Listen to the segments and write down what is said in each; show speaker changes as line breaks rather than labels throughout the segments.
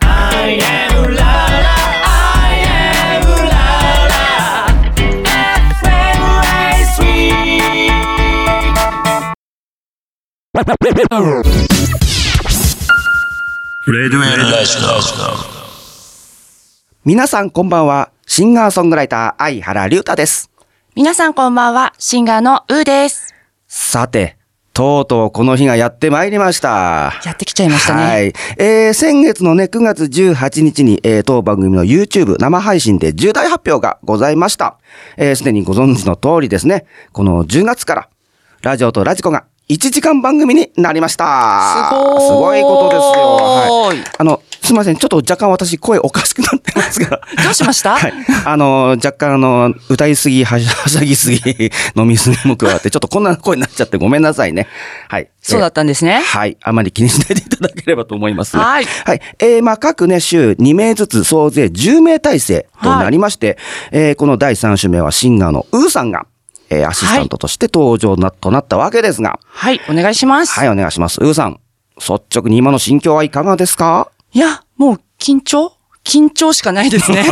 I am la la, I am la la. FM Ice Week.
レディオエル大好きだ。
皆さんこんばんは。シンガーソングライター、相原龍太です。
皆さんこんばんは、シンガーのうーです。
さて、とうとうこの日がやってまいりました。
やってきちゃいましたね。
はい。えー、先月のね、9月18日に、えー、当番組の YouTube 生配信で重大発表がございました。えー、すでにご存知の通りですね、この10月から、ラジオとラジコが1時間番組になりました。
すごーい
すごいことですよ。はい。あの、すみません。ちょっと若干私声おかしくなってますが。
どうしました
はい。あの、若干あの、歌いすぎ、はしゃはしゃぎすぎ、飲みすぎも加わって、ちょっとこんな声になっちゃってごめんなさいね。はい。
そうだったんです
えー
ね。
はい。あまり気にしないでいただければと思います、ね。
はい
はい。えー、まあ、各ね、週2名ずつ、総勢10名体制となりまして、えーこの第3週目はシンガーのウーさんが、えーアシスタントとして登場な、となったわけですが、
はい、お願いします。
はい、お願いします。ウーさん、率直に今の心境はいかがですか
いや、もう緊張緊張しかないです ね。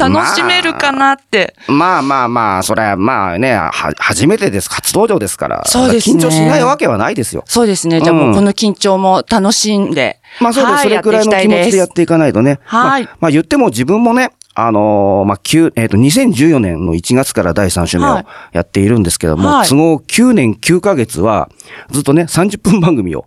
楽しめるかなって。
まあまあまあ、それはまあね、は、初めてです。初登場ですから。
そうですね
緊張しないわけはないですよ。
そうですね。じゃあもうこの緊張も楽しんで。
まあそうです。
はい
それくらいの気持ちでやっ。ていかないとね。
はい
まあ、まあ言っても自分もね、あのーまあ、9、えっ、と、2014年の1月から第3週目を
はい
やっているんですけども、
はい
都合9年9ヶ月は、ずっとね、30分番組を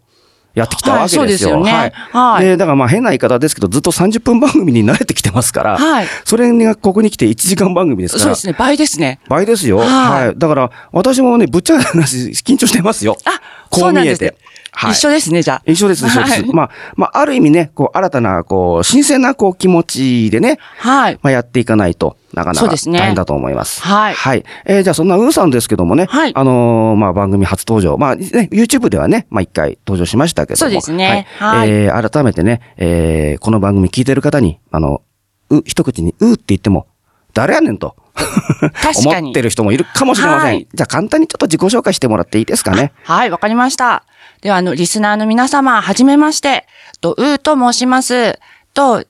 やってきたわけですよ。
はいそうですよねはい
で、だからまあ変な言い方ですけど、ずっと30分番組に慣れてきてますから、
はい
それがここに来て1時間番組ですから。
そうですね。倍ですね。
倍ですよ。
はい
はい。だから、私もね、ぶっちゃけな話、緊張してますよ。
あ、
こ
そううなん
見え
ですね
て。はい。
一緒ですね、じゃあ。
一緒です、一緒です。
はい
まあ、まあ、ある意味ね、こう、新たな、こう、新鮮な、こう、気持ちでね、
はい。
まあ、やっていかないとなかな
そう
か
で
大
すね
変だと思います。
はい
はい。えーじゃあ、そんなウーさんですけどもね、
はい
あのーまあ、番組初登場、まあ、ね、YouTube ではね、まあ、一回登場しましたけども。
そうですね
は。
はいい
えー改めてね、えーこの番組聞いてる方に、あの、う、一口に、うーって言っても、誰やねんと。
確か
思っ
に
て。る人もいるかもしれません。
はい
じゃあ簡単にちょっと自己紹介してもらっていいですかね。
はい、わかりました。では、あの、リスナーの皆様、はじめまして、と、うーと申します。と、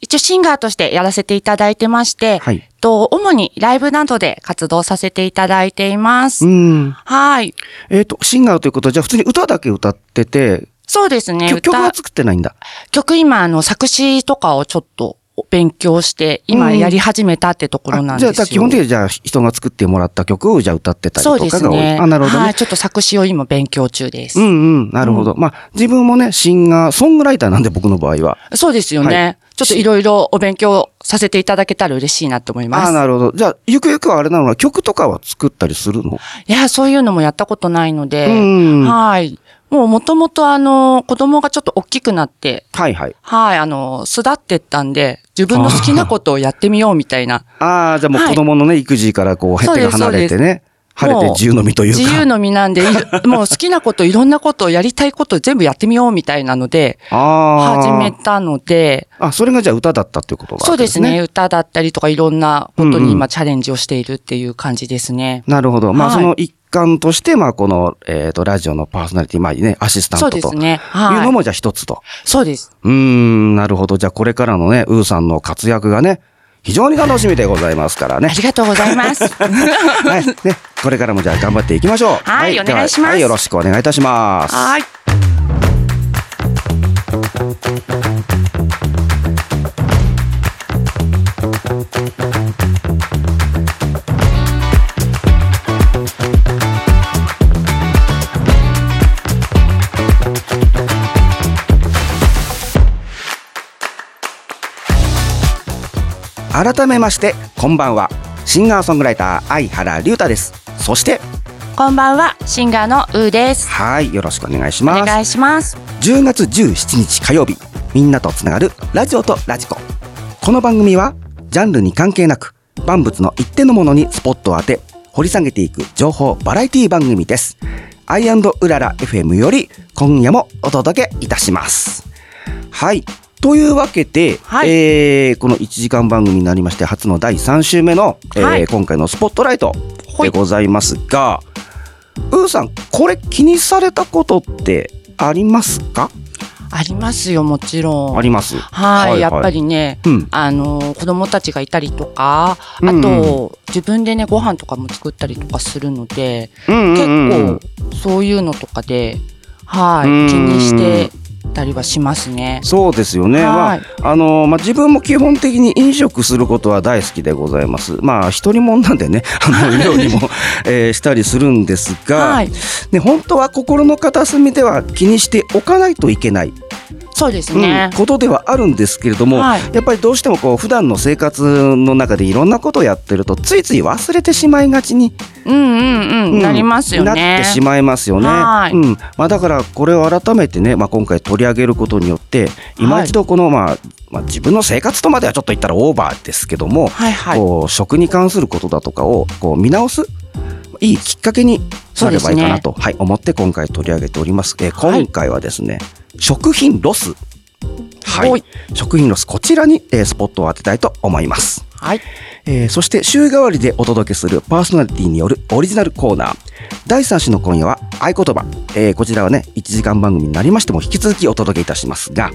一応シンガーとしてやらせていただいてまして、
はい
と、主にライブなどで活動させていただいています。
うん。
はい。
えっ、と、シンガーということは、じゃあ普通に歌だけ歌ってて、
そうですね、
曲曲
歌
は。作ってないんだ。
曲今、あの、作詞とかをちょっと勉強して、今
うん
やり始めたってところなん
あ
です
じゃ
よ。
あじゃあ基本的にじゃあ人が作ってもらった曲をじゃあ歌ってたり
そう
と
で
か
す
が多い。
ね。
あ、なるほどね。
はい、ちょっと作詞を今勉強中です。
うんうん、なるほど。まあ、自分もね、シンガー、ソングライターなんで僕の場合は。
そうですよね。
は
ちょっといろいろお勉強させていただけたら嬉しいなと思います。
あなるほど。じゃあ、ゆくゆくはあれなのは曲とかは作ったりするの
いや、そういうのもやったことないので、
うん
はい。もうもともとあの、子供がちょっと大きくなって、
はいはい。
はい、あの、巣立ってったんで、自分の好きなことをやってみようみたいな。
ああ、じゃあもう子供のね、育児からこう、手が離れてね、晴れて自由の身というか。
自由の身なんで、い もう好きなこと、いろんなことをやりたいことを全部やってみようみたいなので、
ああ。
始めたので、
あ、それがじゃあ歌だったっていうことが、
そうですね。。歌だったりとかいろんなことに今チャレンジをしているっていう感じですね。
なるほど。まあ、
はい
その一環として、まあ、この、えっ、と、ラジオのパーソナリティ、まあね、アシスタン
そ
ト
う
と。
ですね。
い。うの
はい。
もじゃあ一つと。
そうです。
うーん、なるほど。じゃあこれからのね、ウーさんの活躍がね、非常に楽しみでございますからね
あ。りがとうござい ます。
はい。ね、これからもじゃあ頑張っていきましょう。
はいお願いします
でははい、よろしくお願いいたします。
はい。
改めまして、こんばんは。シンガーソングライター、相原龍太です。そして、
こんばんは、シンガーのうーです。
はい、よろしくお願いし
お
ます。
願いします。
10月17日火曜日みんなとつながるラジオとラジコこの番組はジャンルに関係なく万物の一定のものにスポットを当て掘り下げていく情報バラエティ番組ですアイウララ FM より今夜もお届けいたしますはいというわけで、
はい
えーこの1時間番組になりまして初の第3週目の、えー
はい
今回のスポットライト
ほ
で
い
ございますが、うーさんこれ気にされたことってありますか
ありますよ、もちろん。
あります。
はい、やっぱ。りね、
うん
あの子供たちがいたりとか、
うんうん
あと自分でねご飯とかも作ったりとかするので、
うんうんうんうん
結構そういうのとかで、はい、
うん
気にしてたりはしますね。
そうですよね。
はい
まあ、あのまあ、自分も基本的に飲食することは大好きでございます。まあ、一人もんなんでね、 あの、料理も、えーしたりするんですが、
はい、
ね、本当は心の片隅では気にしておかないといけない、
そうです
うん
ね。
ことではあるんですけれども、
はい
やっぱりどうしてもこう、普段の生活の中でいろんなことをやってると、ついつい忘れてしまいがちに
うんうんうん、
うん
なりますよね。
なってしまいますよね。
はい
うん。まあだからこれを改めてね、まあ今回取り上げることによって、今一度このまあ、まあ自分の生活とまではちょっと言ったらオーバーですけども、
はいはい。
こう食に関することだとかをこう見直す。いいきっかけになればいいかなと、はい、思って今回取り上げております。えー
はい
今回はですね、食品ロス。は
はい
い。食品ロス、こちらに、えースポットを当てたいと思います。
はい。
えーそして週替わりでお届けするパーソナリティによるオリジナルコーナー第3週の今夜は合言葉、えーこちらはね1時間番組になりましても引き続きお届けいたしますが、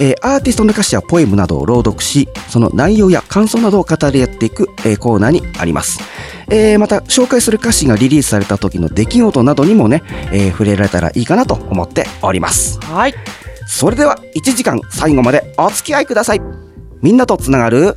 えーアーティストの歌詞やポエムなどを朗読しその内容や感想などを語り合っていく、えーコーナーにあります、えーまた紹介する歌詞がリリースされた時の出来事などにもね、えー触れられたらいいかなと思っております
はい。
それでは1時間最後までお付き合いくださいみんなとつながる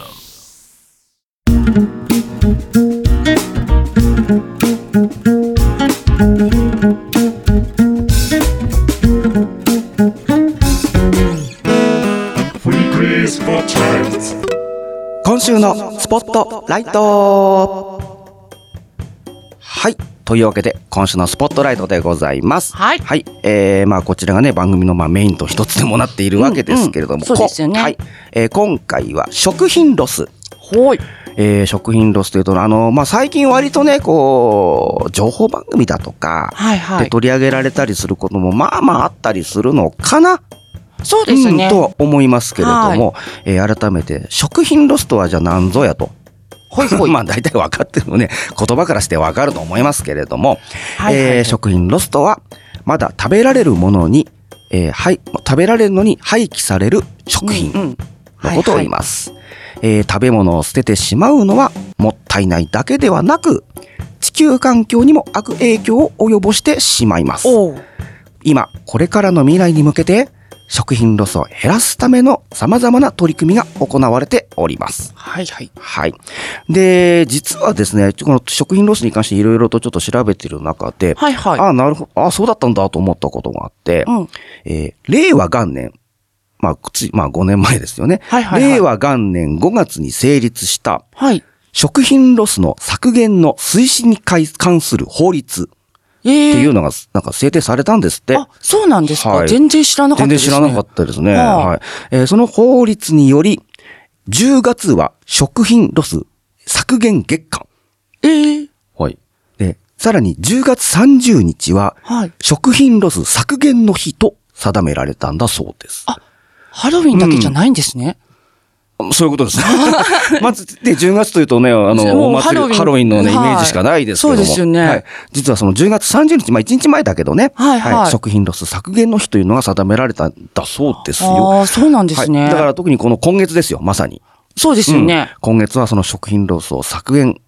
Weekly Spot Times.
今週のスポットライトはいというわけで今週のスポットライトでございます
はい
えーまあこちらがね番組のまあメインと一つでもなっているわけですけれど
う
も、
んうんそうですよね
こはい、えー今回は食品ロス
ほい。
えー食品ロスというとあの、まあ、最近割とねこう情報番組だとか
はいは
で
い。
取り上げられたりすることもまあまああったりするのかな
そうです
う
ね
ん。とは思いますけれども、えー改めて食品ロスとはじゃあ何ぞやと。
ほいほい。
まあ大体分かってるのね言葉からして分かると思いますけれども、
はいはいはい
えー食品ロスとはまだ食べられるものに、えーはい、食べられるのに廃棄される食品
うんうん
のことを言います、えー食べ物を捨ててしまうのはもったいないだけではなく地球環境にも悪影響を及ぼしてしまいます
おう。
今これからの未来に向けて食品ロスを減らすための様々な取り組みが行われております。
はいはい。
はい。で、実はですね、この食品ロスに関していろいろとちょっと調べてる中で、
はいはい。
ああ、なるほど、ああ、そうだったんだと思ったことがあって、
うん。
えー令和元年、まあ、ついまあ5年前ですよね。
はいはいはい
令和元年5月に成立した
はい。
食品ロスの削減の推進に関する法律って
ええ
いうのが、なんか制定されたんですって。
あ、そうなんですか、
はい
全然知らなかったで
全然
す、
知
ね。
らなかったですね。
はい
はい。えーその法律により、10月は食品ロス削減月間。
ええ
はい。で、さらに10月30日は、
はい。
食品ロス削減の日と定められたんだそうです。
あハロウィンだけじゃないんですね。
そういうことです。 まず、で、10月というとね、あの、
もう
お祭
ハロウィ
り、
ン
ハロウィンのね、イメ
はい
ージしかないですけども。
そうですよね
はい。実はその10月30日、まあ1日前だけどね、
はいはい
食品ロス削減の日というのが定められたんだそうですよ。
ああ、そうなんですね、
はい。だから特にこの今月ですよ、まさに。
そうですよね
うん。今月はその食品ロスを削減。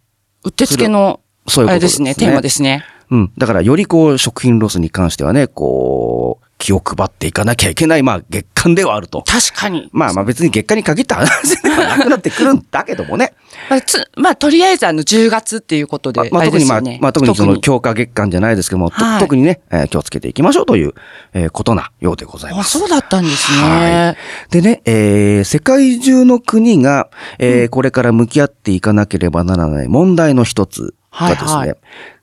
うってつけの、
そういう
あ
こ
れ
とで
ですす
ね。
ね。テーマですね。
うん。だからよりこう食品ロスに関してはね、こう、気を配っていかなきゃいけない、まあ月間ではあると。
確かに。
まあまあ別に月間に限った話ではなくなってくるんだけどもね。
まあ、つまあ、とりあえずあの、10月っていうことで。
まあまあ
れ
特
で
に
す
ま
よ
あ、
ね
まあ特にその強化月間じゃないですけども、と
はい
特にね、えー気をつけていきましょうという、えーことなようでござい
あ、
ます。
そうだったんです
は
ね。
い。でね、えー世界中の国が、えーこれから向き合っていかなければならない問題の一つがですね、
はいは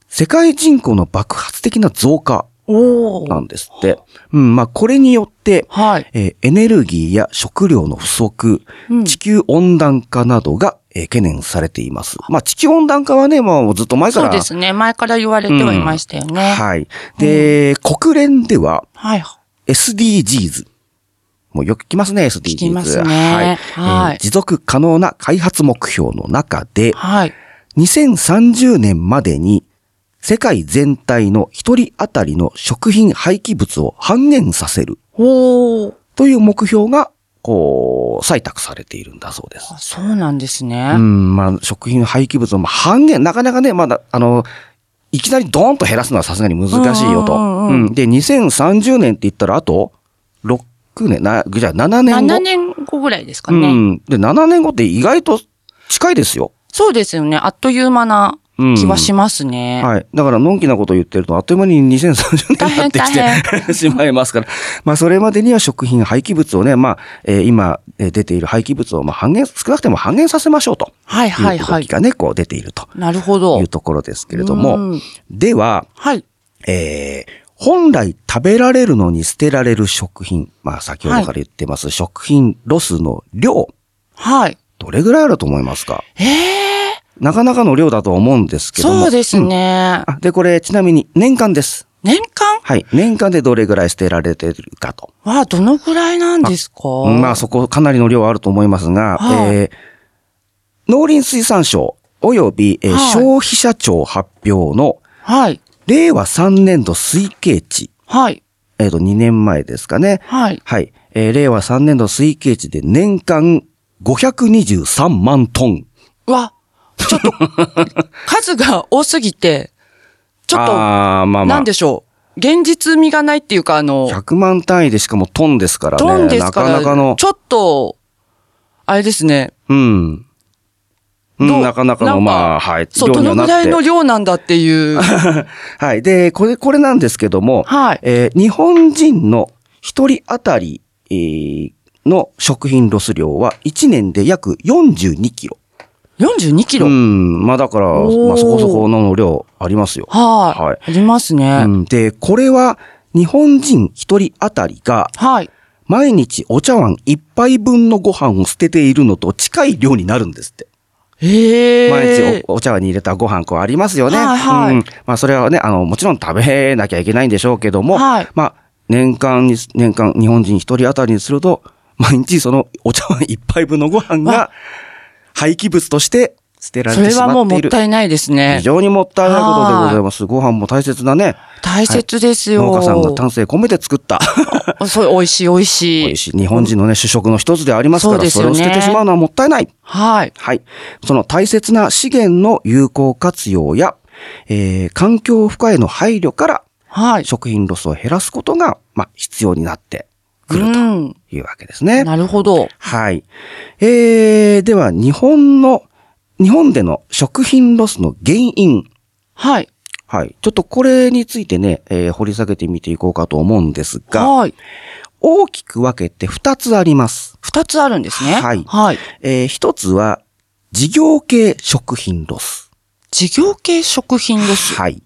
世界人口の爆発的な増加
お
な
お。
んですって。うん、まあこれによって、
はい。
えーエネルギーや食料の不足、
うん
地球温暖化などがえー懸念されています。まあ、地球温暖化はね、もうずっと前か
そう
ら。
ですね。前から言われてはいましたよね。はい。
はい。で、国連では
はい。
SDGs。もうよく聞きますね、SDGs。
聞きますね
はい
はい
えー持続可能な開発目標の中で、
はい。
2030年までに世界全体の一人当たりの食品廃棄物を半減させる
おー。
という目標が、こう、採択されているんだそうです
あ。そうなんですね。
うん、まあ、食品廃棄物のまあ半減、なかなかね、まだ、あの、いきなりドーンと減らすのはさすがに難しいよと。
うんうんうんうん
うんで、2030年って言ったら、あと、6年、な、じゃあ7年後。
7年後ぐらいですか
う
ね。
ん。で、7年後って意外と近いですよ。
そうですよね。あっという間な気はしますね。
はい。だから、のんきなこと言ってると、あっという間に2030年になってき
大変
て しまいますから。まあ、それまでには食品廃棄物をね、まあ、えー今、えー出ている廃棄物を、まあ、半減、少なくても半減させましょうと。
はい、はいいうは
動
い
き。がね、こう出ていると
なるほど
いう。ところですけれど
う
も
ん。
では、
はい。
えー本来食べられるのに捨てられる食品。まあ、先ほどから言ってます、食品ロスの量。
はい。
どれぐらいあると思いますか
ええ
なかなかの量だと思うんですけども。
そうですね。
あで、これ、ちなみに年間です。
年間
はい。年間でどれぐらい捨てられてるかと。
はどのぐらいなんですか
まあ、そこかなりの量あると思いますが、
はい
えー農林水産省及び、えー
はい
消費者庁発表の
はい。
令和3年度推計値、
はい。
えっ、と、2年前ですかね。
はい。
はい。えー令和3年度推計値で年間523万トン。
うわ、ちょ っと、数が多すぎて、ちょっと、
あーまあま
な
あ
ん。でしょう。現実味がないっていうか、あの、
100万単位でしかもトンですからね。
ドンですから、
なかなかの。
ちょっと、あれですね。
うん。う
ど
ん、
う
なかなか
ん
の、まあ、はい。
そう、ど
に
の
はな
ぐ
っ
らい
て
の量なんだって いう。
はい。で、これ、これなんですけども、
はい
えー日本人の一人当たり、えーの食品ロス量は1年で約42キロ。
42キロ。
うん。まあだから、まあ
おー
そこそこの量ありますよ。
はい、
はい
ありますね。
うんで、これは日本人一人当たりが
はい。
毎日お茶碗一杯分のご飯を捨てているのと近い量になるんですって。
へえ。
毎日おお茶碗に入れたご飯こうありますよね。
はいはい
うん、まあそれはね、あの、もちろん食べなきゃいけないんでしょうけども、
はい
まあ年間に、年間日本人一人当たりにすると、 毎日そのお茶碗一杯分のご飯が廃棄物として捨てられ
そ
て
れ
し
は
ま
もう
って
もっ
いる。
たいないです
非
ね。
常にもったいないことでございます。ご飯も大切なね、
大切ですよ。
農家さんが丹精込めて作った、
そう、美味しい美味しい。
美味しい日本人のね、主食の一つでありますか
そう
ら、
です
そ
よ
れ
ね
を捨ててしまうのはもったいない。
はい。
はい。その大切な資源の有効活用や、えー環境負荷への配慮から、
はい。
食品ロスを減らすことが、まあ、必要になってくると
うん。
いうわけですね。
なるほど。
はい。えー、では、日本の、日本での食品ロスの原因。
はい。
はい。ちょっとこれについてね、えー掘り下げてみていこうかと思うんですが、
はい。
大きく分けて2つあります。
二つあるんですね。
はい
はい。
え1つは、事業系食品ロス。
事業系食品ロス。
はい。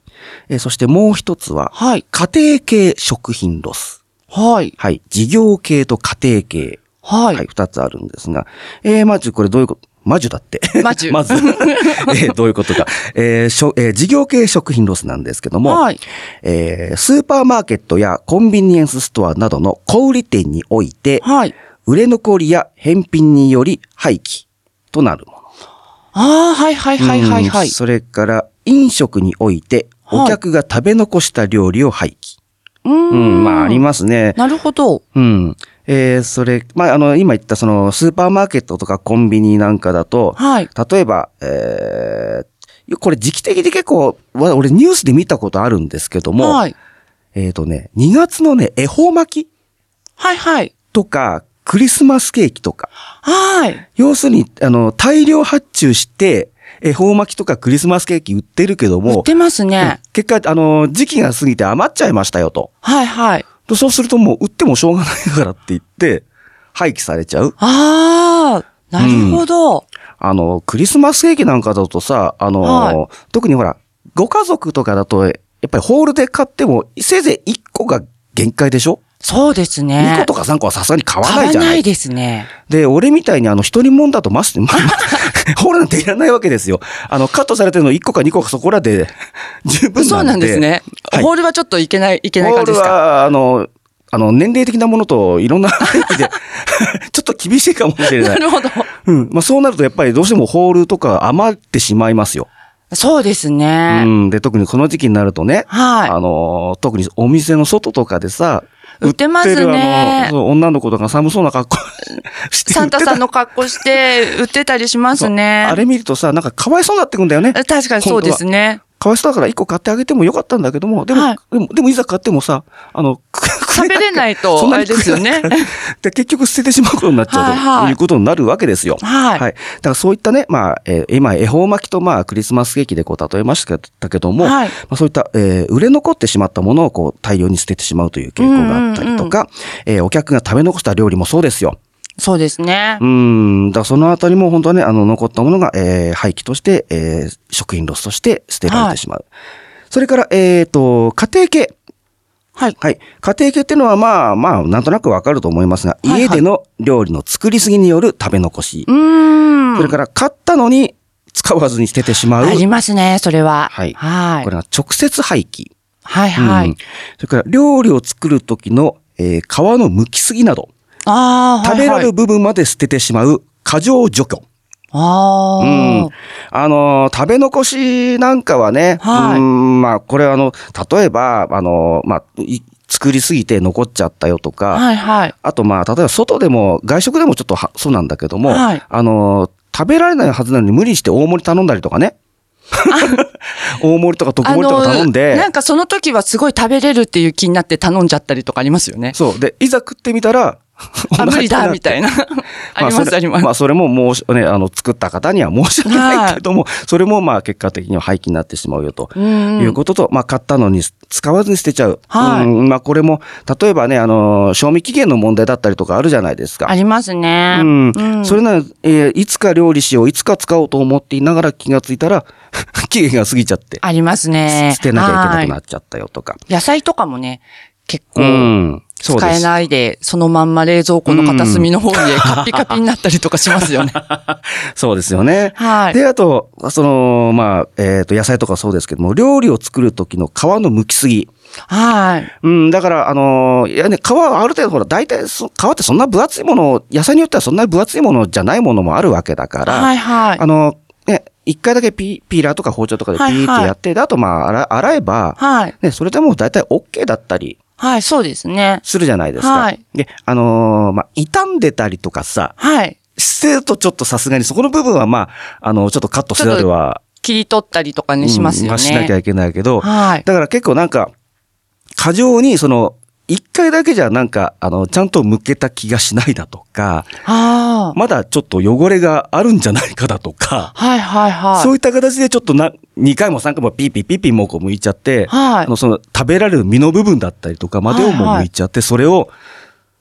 えーそしてもう一つは、
はい。
家庭系食品ロス。
はい。
はい。事業系と家庭系。
はい。
はい。二、つあるんですが。えーまずこれどういうことまじゅ だって。
まじゅ
まず。えーどういうことか。えーしょえー事業系食品ロスなんですけども、
はい
えースーパーマーケットやコンビニエンスストアなどの小売店において、
はい。
売れ残りや返品により廃棄となるもの。
ああ、はいはいはいはいは
うん
い。
それから、飲食において、
はい
お客が食べ残した料理を廃棄。
うー。
うんん、まあ、ありますね。
なるほど。
うん。えーそれ、まあ、あの、今言った、その、スーパーマーケットとかコンビニなんかだと、
はい。
例えば、えーこれ時期的に結構、わ俺ニュースで見たことあるんですけども、
はい。
えっ、とね、2月のね、恵方巻き
はいはい。
とか、クリスマスケーキとか、
はい。
要するに、あの、大量発注して、恵方巻きとかクリスマスケーキ売ってるけど
売
も
っ、てますね。
結果、あの、時期が過ぎて余っちゃいましたよと。
はいはい。
とそうするともう売ってもしょうがないからって言って、廃棄されちゃう。
ああ、なるほど。
あの、クリスマスケーキなんかだとさ、あの、
は
特にほら、ご家族とかだと、やっぱりホールで買っても、せいぜい1個が限界でしょ
そうですね。
2個とか3個はさすがに買わな
買
い
わ
じゃな
ないいですね。
で、俺みたいにあの、一人もんだとマスで、ま あ、ホールなんていらないわけですよ。あの、カットされてるの1個か2個かそこらで十分なんで。
そうなんですね。
はい
ホールはちょっといけない、いけない
ホー
感じ
ル
ですか。
は、あの、あの、年齢的なものといろ んな 意味で、ちょっと厳しいかもしれな。
ないるほど。
うん。まあ、そうなるとやっぱりどうしてもホールとか余ってしまいますよ。
そうです
う
ね。
ん。で、特にこの時期になるとね、
は
あの、特にお店の外とかでさ、
売ってますね
売あのそう女の子とか寒そうな格好 し
い。
て
サンタ
売って
さ
た
んの格好して売ってたりしますね。
あれ見るとさ、なんかかわいそうになってくんだよね。
確かにそうですね。
かわいそうだから1個買ってあげてもよかったんだけども、でも、
はい
でも、でもいざ買ってもさ、あの、く
食べれないと
そんな
あれ
に
ですよね
食えな いからで、結局捨ててしまうことになっちゃうと、
はいいはいう
ことになるわけですよ。
はい
だからそういったね、まあ、えー今、恵方巻きとまあ、クリスマスケーキでこう、例えましたけども、
はい
まあ、そういった、えー売れ残ってしまったものをこう、大量に捨ててしまうという傾向があったりとか、えーお客が食べ残した料理もそうですよ。
そうですね
う。ん、だからそのあたりも本当はね、あの、残ったものが、えー廃棄として、えー食品ロスとして捨てられてしまう。それから、えっ、と、家庭系。
はい。
はい。家庭系っていうのは、まあ、まあ、なんとなくわかると思いますが、
いはい
家での料理の作りすぎによる食べ残し。
うーん。
それから、買ったのに使わずに捨ててしまう。
ありますね、それは。
はい
はい
こ。れが直接廃棄。
はいは
うん
い。
それから、料理を作る時の、えー皮の剥きすぎなど、
ああ、
食べられ
は
る
いはい
部分まで捨ててしまう過剰除去。
ああ
うん。あのー食べ残しなんかはね、
はい
うんまあ、これあの、例えば、あのーまあ、い作りすぎて残っちゃったよとか、
はいはい。
あとまあ、例えば外でも、外食でもちょっとはそうなんだけども、
はい
あのー食べられないはずなのに無理して大盛り頼んだりとかね。 大盛りとか特盛りとか頼ん
あの
で、
なんかその時はすごい食べれるっていう気になって頼んじゃったりとかありますよね。
そう。で、いざ食ってみたら、
あ、
お腹
無理
いっ
だ、
ぱいになって
みたいな。あり
そ
ま
れ
す、あります。
まあ、それも申し、ね、あの、作った方には申し訳ないけども、それもまあ、結果的には廃棄になってしまうよと。
うん
いうことと、まあ、買ったのに使わずに捨てちゃう。
はい
うんまあ、これも、例えばね、あの、賞味期限の問題だったりとかあるじゃないですか。
ありますね。
うん
うん
それなら、えーいつか料理しよう、いつか使おうと思っていながら気がついたら、 期限が過ぎちゃって、
ありますね。
捨てなきゃいけなくな
は
っちゃったよとか。
い野菜とかもね、結
う
構。
ん。そうで
使え
す。
ないで、そのまんま冷蔵庫の片隅の方 でカピカピになったりとかしますよね。
そうですよね。
はい
で、あと、その、まあ、えっ、と、野菜とかそうですけども、料理を作る時の皮の剥きすぎ。
はい。
うん、だから、あのーいやね、皮はある程度、ほら、大体そ、皮ってそんな分厚いものを、野菜によってはそんなに分厚いものじゃないものもあるわけだから、
はいはい
あ。のね、一回だけピピーラーとか包丁とかでピーって
はいはい
やって、であと、まあ、洗洗えば、
はい。
ね、それでもう大体 OK だったり
はい、そうですね。
するじゃないですか。
はい
で、あのーまあ、傷んでたりとかさ、
はい。
してるとちょっとさすがにそこの部分は、まあ、あの、ちょっとカットせざるは、
切り取ったりとかね、します
うん
よ
は
ね。
しなきゃいけないけど、
はい。
だから結構なんか、過剰に、その、一回だけじゃなんか、あの、ちゃんと向けた気がしないだとか、
ああ。
まだちょっと汚れがあるんじゃないかだとか、
はいはいはい。
そういった形でちょっとな、2回も3回もピーピーピーピーもこう向いちゃって、
はい
あの、その、食べられる身の部分だったりとかまでをもう
はいはい
向いちゃって、それを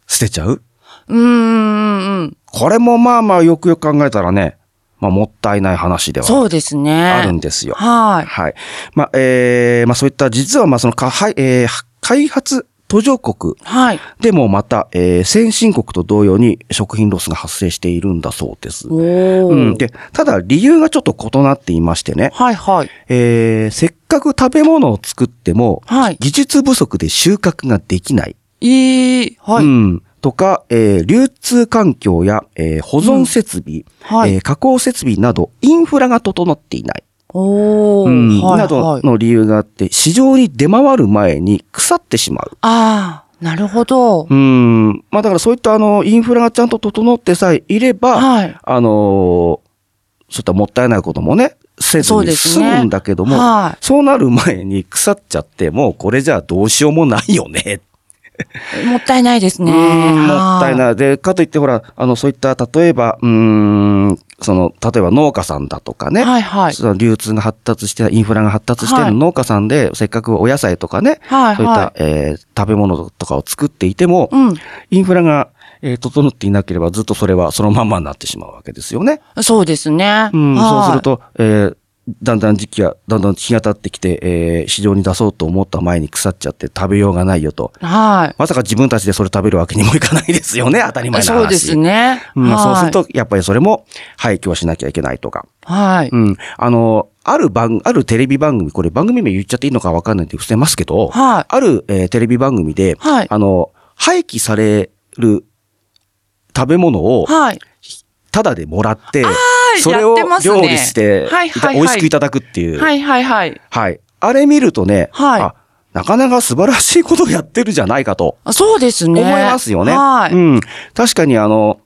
捨てちゃう。
うーんうん。
これもまあまあよくよく考えたらね、まあもったいない話では
そうですね。
あるん
で
ですよ。
はい。
はい。まあ、えーまあそういった、実はまあそのか、はい、えー開発途上国
はい。
でもまた、えー先進国と同様に食品ロスが発生しているんだそうです。
お
う
ー
ん。で、ただ理由がちょっと異なっていましてね、
はいはい。
えーせっかく食べ物を作っても、
はい
技術不足で収穫ができない。
いい、は
う
い。
ん。とか、えー流通環境や、えー保存設備、
うんはい
えー加工設備など、インフラが整っていない。
お
うん
ー。はい
など
はい。
の理由があって、市場に出回る前に腐ってしまう。
ああ、なるほど
う。ん。まあだからそういったあの、インフラがちゃんと整ってさえいれば、
はい
あのーそういったもったいないこともね、せず
そう
に
です
済
ね
むんだけども、
はい
そうなる前に腐っちゃって、もうこれじゃあどうしようもないよね。
もったいないですね。
うんもったい
は
ない。で、かといってほら、あの、そういった、例えば、うーん、その、例えば農家さんだとかね、
はいはい
その流通が発達して、インフラが発達して
は
る
い
農家さんで、せっかくお野菜とかね、
はい
そういった
は、
えー食べ物とかを作っていても、
うん
インフラが、えー整っていなければ、ずっとそれはそのまんまになってしまうわけですよね。
い。そうですね。
うん、
はい
そうする。と、えーだんだん時期がだんだん日が経ってきて、えー市場に出そうと思った前に腐っちゃって食べようがないよと。
は
まさか自分たちでそれ食べるわけにもいかないですよね、当たり前
い。
な話。
そうですね。
うん
はい
そうする。と、やっぱりそれも廃棄をしなきゃいけないとか。
はい。
うん。あの、ある番、あるテレビ番組、これ番組名言っちゃっていいのかわかんないんで伏せますけど、
はい
ある、えーテレビ番組で、
はい
あの、廃棄される食べ物を、
はい。
ただでもらって、
い
それを
やってますね
料理して、
はい
いた
はいはい
美味しくいただくっていう。
はいはいはい。
はい。あれ見るとね、
はい
あ、なかなか素晴らしいことをやってるじゃないかと
あそうです
思
ね。
いますよね。
はい。
うん。確かにあの、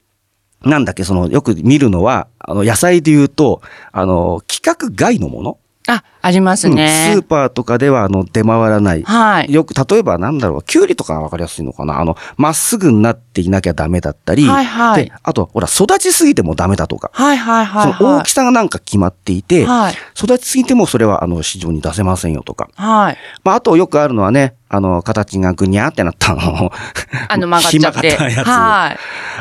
なんだっけ、その、よく見るのは、あの、野菜で言うと、あの、規格外のもの、
あ、あります
うん
ね
スー。パーとかでは、あの、出回らない。
はい。
よく、例えばなんだろう、キュウリとかがわかりやすいのかなあの、まっすぐになっていなきゃダメだったり、
はいはい
で、あと、ほら、育ちすぎてもダメだとか、
はいはいはい。
その大きさがなんか決まっていて、
はい。
育ちすぎてもそれは、あの、市場に出せませんよとか。
はい。
まあ、あとよくあるのはね、あの、形がぐにゃーってなったあの、
あの曲がっちゃって。
ひまがったや
はい。
つあ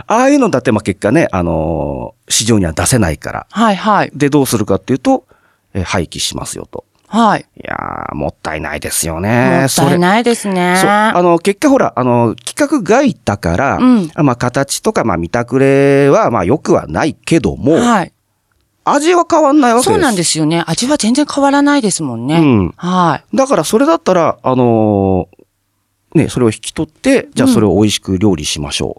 あいうのだって、まあ、結果ね、あのー市場には出せないから。
はいはい。
で、どうするかっていうと、えー廃棄しますよと。
はい。
いやー、もったいないですよ
も
ね。
っ
そ
た
れ
いないですね。
そう。あの、結果ほら、あの、規格外だから、
うん
まあ、形とか、まあ、見たくれは、まあ、良くはないけども、
はい。
味は変わんないわけです。。
そうなんですすよね。味は全然変わらないですもんね。
うん
は
だから、それだったら、あのーね、それを引き取って、じゃあ、それを美味しく料理しましょう。っ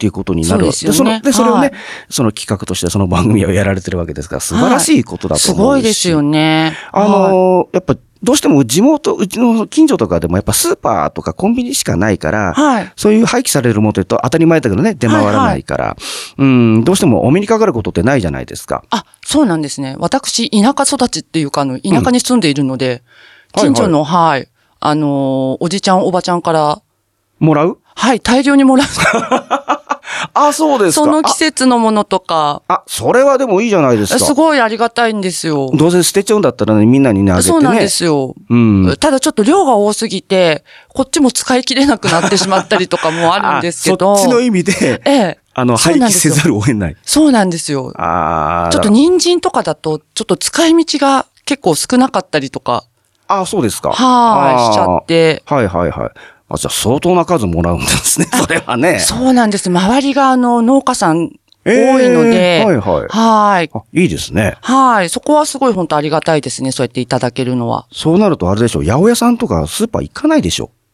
ていうことになるわけ
そうですよね
でそので、それをね、
はい
その企画として、その番組をやられてるわけですから、素晴らしいことだ
い。
と
す
思う
ご
し
いですよね。
あ
はい
のーやっぱ、どうしても地元、うちの近所とかでもやっぱスーパーとかコンビニしかないから、
はい
そういう廃棄されるものというと当たり前だけどね、出回らないから、うん、どうしてもお目にかかることってないじゃないですか。
あ、そうなんですね。私、田舎育ちっていうか、あの、田舎に住んでいるので、
うん
近所の、はい、あのーおじちゃん、おばちゃんから、
もらう
はい、大量にもら
あ、そうで
う。その季節のものとか、
ああ、それはでもいいじゃないですか。
すごいありがたいんですよ。
どうせ捨てちゃうんだったらね、みんなにね、あげてね。
そうなんですよ。
うん。
ただちょっと量が多すぎて、こっちも使い切れなくなってしまったりとかもあるんですけど。
あそっちの意味で、
ええ。
あの、
そう
廃
なん
棄
です
せ
よ
ざるを得ない。
そうなんですよ。
ああ、
ちょっと人参とかだと、ちょっと使い道が結構少なかったりとか、
あそうですか。
は
あー
い、しちゃって。
はいはいはい。あ、じゃあ相当な数もらうんですね、それはね。
そうなんです。周りがあの、農家さん多いの
え
で。
ーはいは
は
い
い。
あ、いいですね。
はい。そこはすごい本当ありがたいですね。そうやっていただけるのは。
そうなるとあれでしょ、八百屋さんとかスーパー行かないでしょ。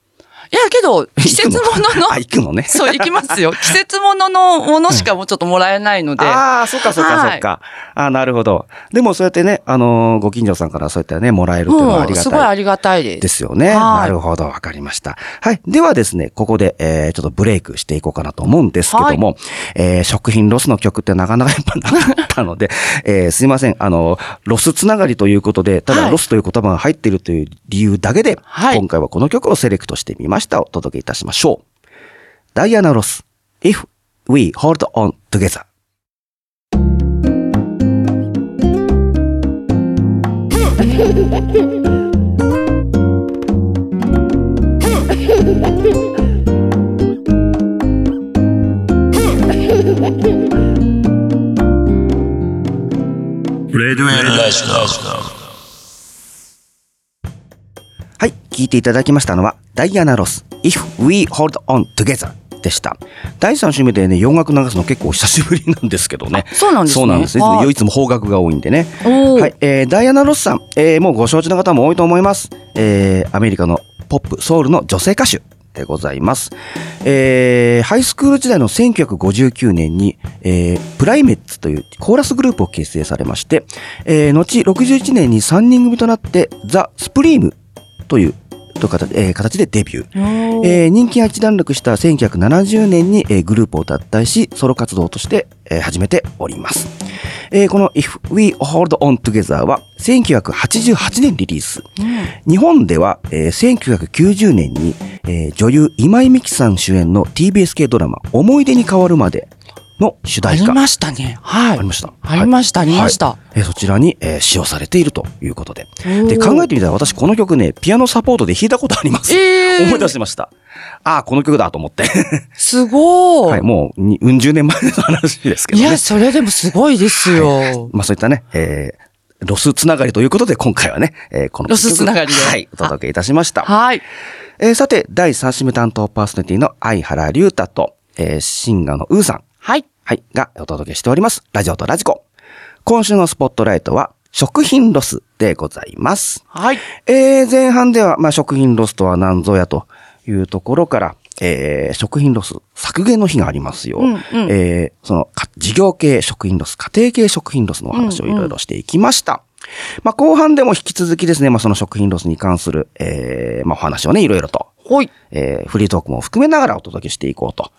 いや、け ど、季節もの
あ、
の、
行くのね。
そう、行きますよ。季節もののものしかもうちょっともらえないので。
ああ、そっかそっか
はい
そっか。あーなるほど。でもそうやってね、あのーご近所さんからそうやってね、もらえるっていうのはあ
う
り
ん、
が
すごい
た
あ
い。
りがたいです。
ですよね。
はい
なるほど。わかりました。はい。ではですね、ここで、えー、ちょっとブレイクしていこうかなと思うんですけども、えー、食品ロスの曲ってなかなかやっぱなかったので、 えー、すいません。あの、ロスつながりということで、た
は
だ
い
ロスという言葉が入っているという理由だけで、
はい
今回はこの曲をセレクトしてみました。お届けいたしましょう。ダイアナ・ロス、If We Hold On Together。
Red Red Lascar.
はい、聞いていただきましたのは、ダイアナ・ロス、If We Hold On Together でした。第3週目でね、洋楽流すの結構久しぶりなんですけどね。
そうなんですね
そうなんです。いつ
は
も
い
いつも邦楽が多いんでね。
おー
はい、えーダイアナ・ロスさん、えーもうご承知の方も多いと思います。えーアメリカのポップ、ソウルの女性歌手でございます。えーハイスクール時代の1959年に、えープライメッツというコーラスグループを結成されまして、えー後61年に3人組となって、ザ・スプリームという、という形えー形でデビュー。
おー
えー人気が一段落した1970年に、えーグループを脱退し、ソロ活動として、えー始めております。えーこの If We Hold On Together は1988年リリース。日本では、えー1990年に、えー女優今井美樹さん主演の TBS 系ドラマ思い出に変わるまでの主
あ
題
り
歌。
ましたね。はい。
ありました。
ありました、
はい
ありました。
はいえーそちらに、えー使用されているということで。
ー
で、考えてみたら私この曲ね、ピアノサポートで弾いたことあります。
えー
思い出してました。ああ、この曲だと思って。
すご
はいい、。もうに、うん十年前の話ですけ
い
どね
や、。それでもすごいですよ。
まあそういったね、えーロスつながりということで、今回はね、えーこの
ロスつながりで
はい、お届けいたしました。
はい。
えーさて、第3シム担当パーソナリティの相原龍太と、えー、シンガーのウーさん、
はい。
はい、がお届けしております。ラジオとラジコ。今週のスポットライトは、食品ロスでございます。
はい。
えー前半では、まあ、食品ロスとは何ぞやというところから、えー食品ロス削減の日がありますよ。
うんうん
えーその、か事業系食品ロス、家庭系食品ロスのお話をいろいろしていきました。まあ、後半でも引き続きですね、まあ、その食品ロスに関する、えーまあ、お話をね、いろいろと、
ほい。
えーフリートークも含めながらお届けしていこうと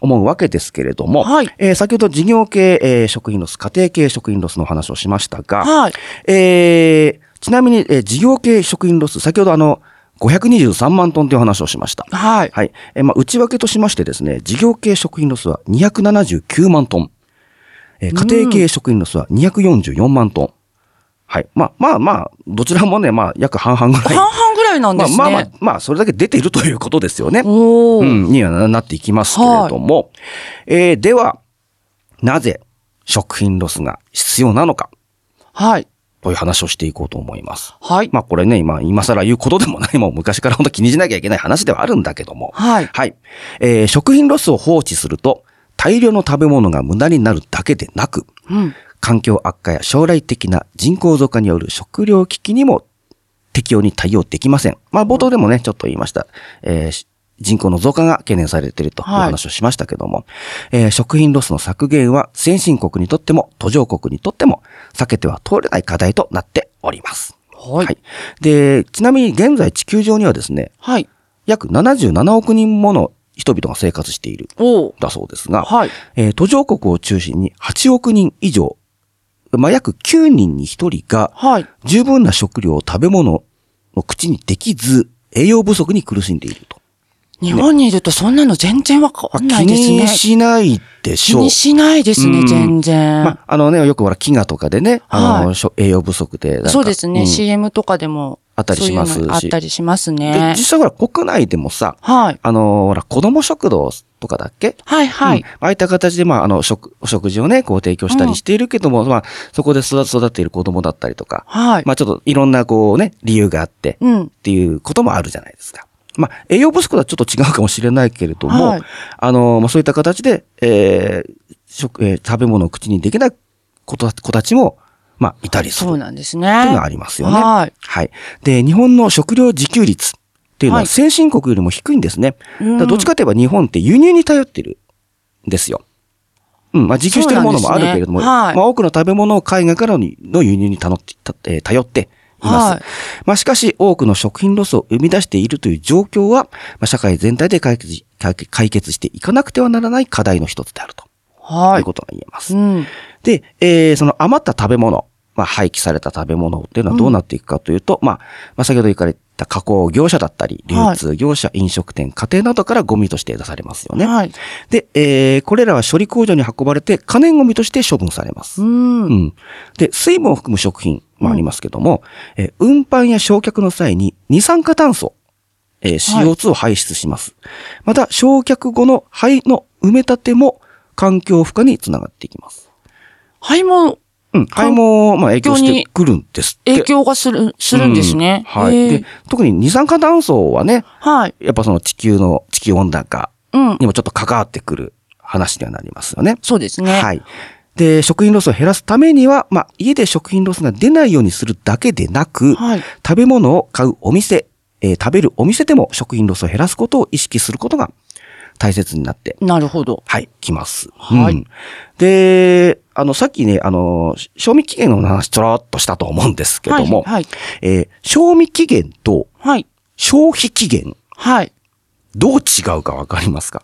思うわけですけれども、
はい
えー先ほど事業系、えー食品ロス、家庭系食品ロスのお話をしましたが、
はい
えーちなみに、えー事業系食品ロス、先ほどあの、523万トンという話をしました。
はい。
はい。えーまあ、内訳としましてですね、事業系食品ロスは279万トン。えー家庭系食品ロスは244万トン。はい。まあ、まあまあ、どちらもね、まあ、約半々ぐらい。
半々ぐらいなんですね。
まあまあまあ、まあ、それだけ出ているということですよね。
おお、
うん、にはななっていきますけれども。えーでは、なぜ食品ロスが必要なのか
はい。
という話をしていこうと思います。
はい。
まあこれね、今、今更言うことでもない、もう昔から本当気にしなきゃいけない話ではあるんだけども。
はい。
はい。えー食品ロスを放置すると、大量の食べ物が無駄になるだけでなく、
うん。
環境悪化や将来的な人口増加による食糧危機にも適用に対応できません。まあ冒頭でもね、ちょっと言いました。えーし人口の増加が懸念されているという
はい
話をしましたけども、えー食品ロスの削減は先進国にとっても途上国にとっても避けては通れない課題となっております。
はい。はい。
で、ちなみに現在地球上にはですね、約77億人もの人々が生活している
おお。
だそうですが、
はい。
えー途上国を中心に8億人以上、まあ、約9人に1人が、
はい。
十分な食料を食べ物の口にできず、栄養不足に苦しんでいると。
日本にいるとそんなの全然わかんないです
気
ね。
にしないでし
気
ょう
に。しないです
う
ね、
ん
全然。
まあ、あのね、よくほら、飢餓とかでね、あの、
はい
しょ栄養不足でなんか。
そうですね、
ん
CM とかでも。
あったりしますし
そういうのあったりします
で
ね。
実際ほら、国内でもさ、
はい。
あの、ほら、子供食堂とかだっけ
はい、は
うん
い。
ああいった形で、まあ、あの、食、お食事をね、こう提供したりしているけども、まあ、そこで育育っている子供だったりとか、
はい。
まあちょっといろんなこうね、理由があって、っ
うん。
ていうこともあるじゃないですか。まあ栄養不足とはちょっと違うかもしれないけれども、
はい
あの、まあそういった形で、えー食、えー食べ物を口にできない子た子たちも、まあいたりする
そう
って
なんです
いうの
ね。
がありますよね。
はい。
はい。で、日本の食料自給率っていうの
は
はい先進国よりも低いんですね。
うん
だからどっちかといえば日本って輸入に頼ってるんですよ。うん、まあ自給してるものもあるけれども、
そうなんですねはい
まあ多くの食べ物を海外からのの輸入に頼って、たえー頼っています。
はい
まあしかし多くの食品ロスを生み出しているという状況は、まあ社会全体で解決し解決解決していかなくてはならない課題の一つであると。
はいいう
ことが言えます
う。ん。
で、えーその余った食べ物、まあ、廃棄された食べ物っていうのはどうなっていくかというと、まあ、まあ、先ほど言われた加工業者だったり、流
はい
通業者、飲食店、家庭などからゴミとして出されますよね。
はい。
で、えーこれらは処理工場に運ばれて可燃ゴミとして処分されます
う。ん。
うん。で、水分を含む食品もありますけども、えー運搬や焼却の際に二酸化炭素、えー
はい
CO2 を排出します。また、焼却後の灰の埋め立ても環境負荷につながっていきます。
肺も
うん、肺も、まあ、影響してくるんですって。
影響がする、するんですね。
うんはい。
へ
で
ー、
特に二酸化炭素はね、
はい。
やっぱその地球の、地球温暖化
うん。
にもちょっと関わってくる話にはなりますよね。
そうですね。
はい。で、食品ロスを減らすためには、まあ、家で食品ロスが出ないようにするだけでなく、
はい
食べ物を買うお店、えー食べるお店でも食品ロスを減らすことを意識することが大切になって
なるほど。
はい、来ます。
はい
うんで、あの、さっきね、あの、し賞味期限の話ちょろっとしたと思うんですけども、
はい。はい
えー賞味期限と
はい。
消費期限、
はい。
どう違うかわかりますか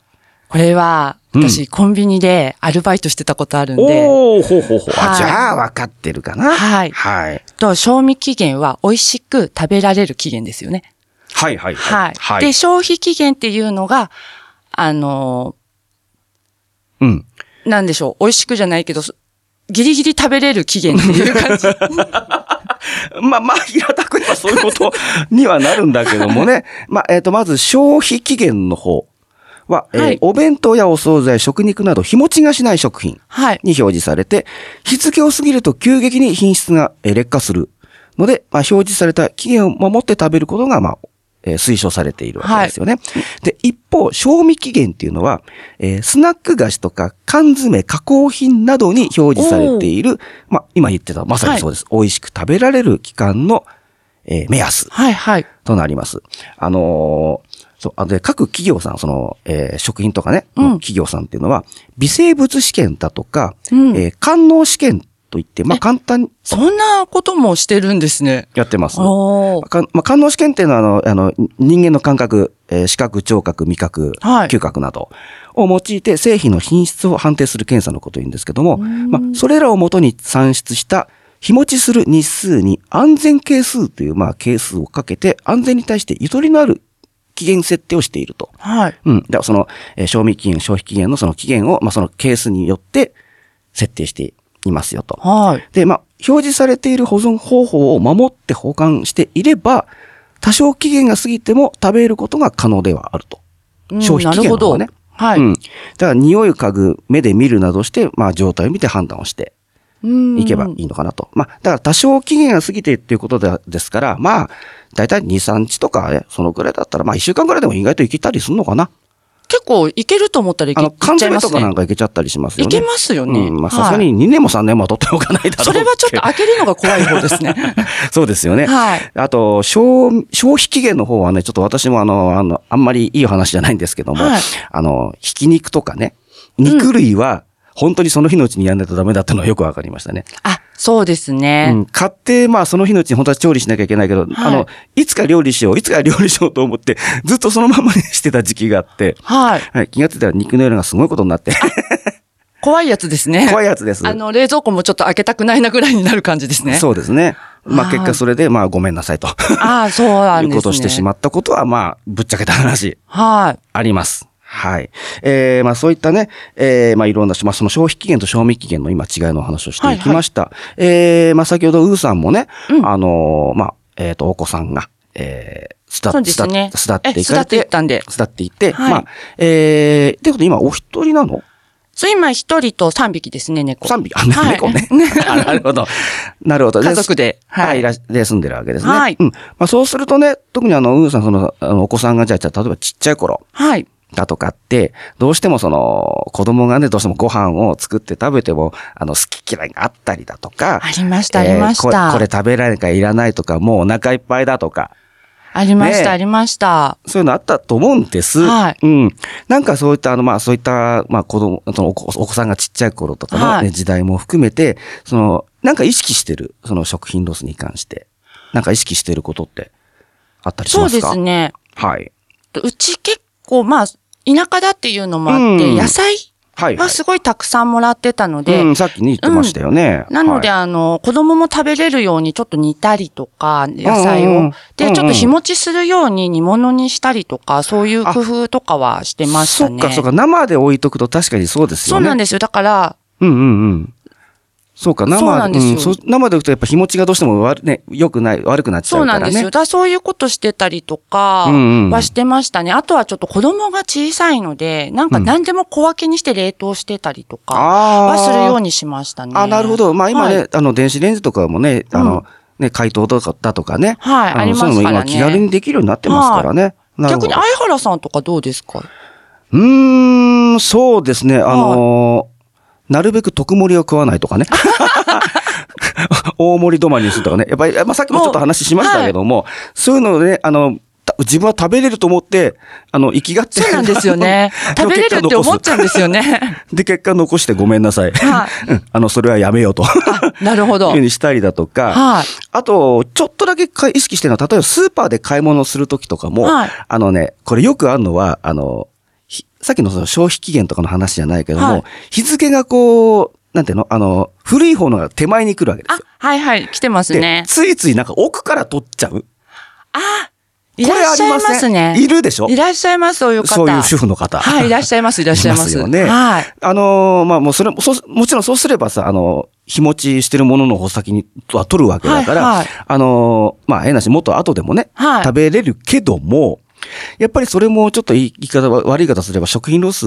これは、
うん
私、コンビニでアルバイトしてたことあるんで、
おー、ほうほうほう。あ
はい
じゃあ、わかってるかな。
はい
はい。
と、賞味期限は美味しく食べられる期限ですよね。
はい、はい、
はい。
はい。
で、消費期限っていうのが、あの
うん。
ー、なんでしょう、美味しくじゃないけど、そギリギリ食べれる期限っていう感 じ。
まあ、 まあ、平たく言えばそう いうことにはなるんだけどもね。まあ、えっ、と、まず消費期限の方。は、えー
はい
お弁当やお惣菜、食肉など日持ちがしない食品
はい。
に表示されて、日付を過ぎると急激に品質がえー劣化するので、まあ、表示された期限を守って食べることが、まあ、えー推奨されているわけですよね。で、一方、賞味期限っていうのは、えースナック菓子とか缶詰、加工品などに表示されている、まあ、今言ってた、まさにそうです。美味しく食べられる期間の、えー目安
はい、はい。
となります。あのーそう、あで、各企業さん、その、えー食品とかね、
うん
企業さんっていうのは、微生物試験だとか、
うん
えー官能試験といって、まあ、
え
簡単に
そんなこともしてるんですね。
やってます。
おー
かまあ、官能試験っていうのは、あの、あの人間の感覚、えー視覚、聴覚、味覚、
はい
嗅覚などを用いて製品の品質を判定する検査のことを言うんですけども、まあ、それらをもとに算出した日持ちする日数に安全係数という、まあ、係数をかけて安全に対してゆとりのある期限設定をしていると。
はい。
うん。だからその、えー賞味期限、消費期限のその期限を、まあ、その係数によって設定していますよと。
はい。
で、まあ、表示されている保存方法を守って保管していれば、多少期限が過ぎても食べることが可能ではあると。
うん
消費期限の方が
な
ね
るほど。はい。
うん。だから、匂いを嗅ぐ、目で見るなどして、まあ、状態を見て判断をして
うん
いけばいいのかなと。まあ、だから多少期限が過ぎてっていうことでですから、まあ、だいたい2、3日とかね、そのくらいだったら、まあ、1週間くらいでも意外といけたりするのかな。
結構いけると思ったらいけい
あの、
け
缶
ちゃい
詰
ます
と
ね。
かなんかいけちゃったりしますよね。
いけますよね
うん。まあ、さすが
は
に2年も3年も取っておかないだろう
それはちょっと開けるのが怖い方ですね。
そうです よね。
はい
あと、消、消費期限の方はね、ちょっと私もあの、あの、あんまりいい話じゃないんですけども、
はい
あの、ひき肉とかね、肉類は、本当にその日のうちにやんないとダメだってのはよくわかりましたね。
あ、そうですね。
うん。買って、まあその日のうちに本当は調理しなきゃいけないけど、あの、いつか料理しよう、いつか料理しようと思って、ずっとそのままにしてた時期があって、
はい。
はい、気がついたら肉の色がすごいことになって、
怖いやつですね。
怖いやつです。
あの、冷蔵庫もちょっと開けたくないなぐらいになる感じですね。
そうですね。まあ
はい
結果それで、まあごめんなさいと。
ああ、そうなんです
いう
ね。
ことをしてしまったことは、まあ、ぶっちゃけた話、
はい。
あります。はい。えー、まあそういったね、えー、まあいろんな、まあその消費期限と賞味期限の今違いのお話をしていきました。えー、まあ先ほどウーさんもね、
うん
あのーまあ、えっ、と、お子さんが、えー、巣
そうで
立
すね
巣立っ
え
ていか
巣立
れて、
っていったんで
巣立っていって、
はい
まあ、えー、ってことで今お一人なの
そう、今一人と三匹ですね、猫。
三匹。あ、
はい
猫ね。 あなる ほど。なるほど。
家族で
はい。
はい
いらしで、住んでるわけですね。
はい
うん。まあ、そうするとね、特にあの、ウーさん、その、あのお子さんが、じゃあ、じゃあ例えばちっちゃい頃
はい。
だとかって、どうしてもその、子供がね、どうしてもご飯を作って食べても、あの、好き嫌いがあったりだとか。
ありました、ありまし
えー
た。
これこれ食べられないからいらないとか、もうお腹いっぱいだとか。
ありまし
ね
た、ありました。
そういうのあったと思うんです。
はい
うん。なんかそういった、あの、まあ、そういった、まあ、子供、そのお子お子さんがちっちゃい頃とかの、ね
はい
時代も含めて、その、なんか意識してる、その食品ロスに関して。なんか意識してることってあったりし
そ
ま
う
す
で
か
す。ね。
はい。
うち結構、まあ、田舎だっていうのもあっ
う
て、
ん
野菜
はい、は。
はいすごいたくさんもらってたので、
うん、さっきね言ってましたよね。
なので、
はい
あの、子供も食べれるようにちょっと煮たりとか、野菜
うんうん
を。
うんう
で、
ん
ちょっと日持ちするように煮物にしたりとか、そういう工夫とかはしてましたね。
そっかそっか、生で置いとくと確かにそうです
そ
よ
う
ね。
なんですよ。だから、
うんうんうん。そうか、生
そうなんですよ
うんそう生で置くとやっぱ日持ちがどうしても悪,、ね、良くない、悪くなっちゃ
そう
うか
な
ら
ん
ね。
ですよ。だからそういうことしてたりとか
うんうんうん
はしてましたね。あとはちょっと子供が小さいので、なんか何でも小分けにして冷凍してたりとか
あ
は
あ。
するようにしましたね。
あ、なるほど。まあ今ね、
はい
あの、電子レンジとかもね、あ
う
の、
ん
ね、解凍とかだとかね。
はい
の
ありますからね
そういうのも今気軽にできるようになってますからね。なる
逆
ほど
に相原さんとかどうですか
うーん、そうですね。あのーなるべく特盛りを食わない とかね。大盛り止まりにするとかね。やっぱり、まあ、さっきもちょっと話しましたけども、そういうのをね、あの、た自分は食べれると思って、あの、生きがって。
そうなんですよ ね
あの。
食べれるって思っちゃうんですよね。
で、結果残してごめんなさい。
は
うんあの、それはやめようと。
なるほ
い
ど
うふう。にしたりだとか、
はい
あと、ちょっとだけか意識してるのは、例えばスーパーで買い物するときとかも、
はい
あのね、これよくあるのは、あの、ひさっきのその消費期限とかの話じゃないけども、
はい
日付がこう、なんていうのあの、古い方のが手前に来るわけです
あ
よ。、
はいはい、来てます
で、
ね。
ついついなんか奥から取っちゃう。
い
これ
ら
あ
っしゃ
り
い
ません
ますね。
いるでしょ
いらっしゃいます、そういう方。
そういう主婦の方。
はい、いらっしゃいます、いらっしゃいます。
よね。
はい。
あのーまあ、もうそれも、そう、もちろんそうすればさ、あのー日持ちしてるものの方先には取るわけだから、
はいはい
あのーまあ、変なし、もっと後でもね、
はい
食べれるけども、やっぱりそれもちょっと言い言い方は、悪い言い方すれば食品ロス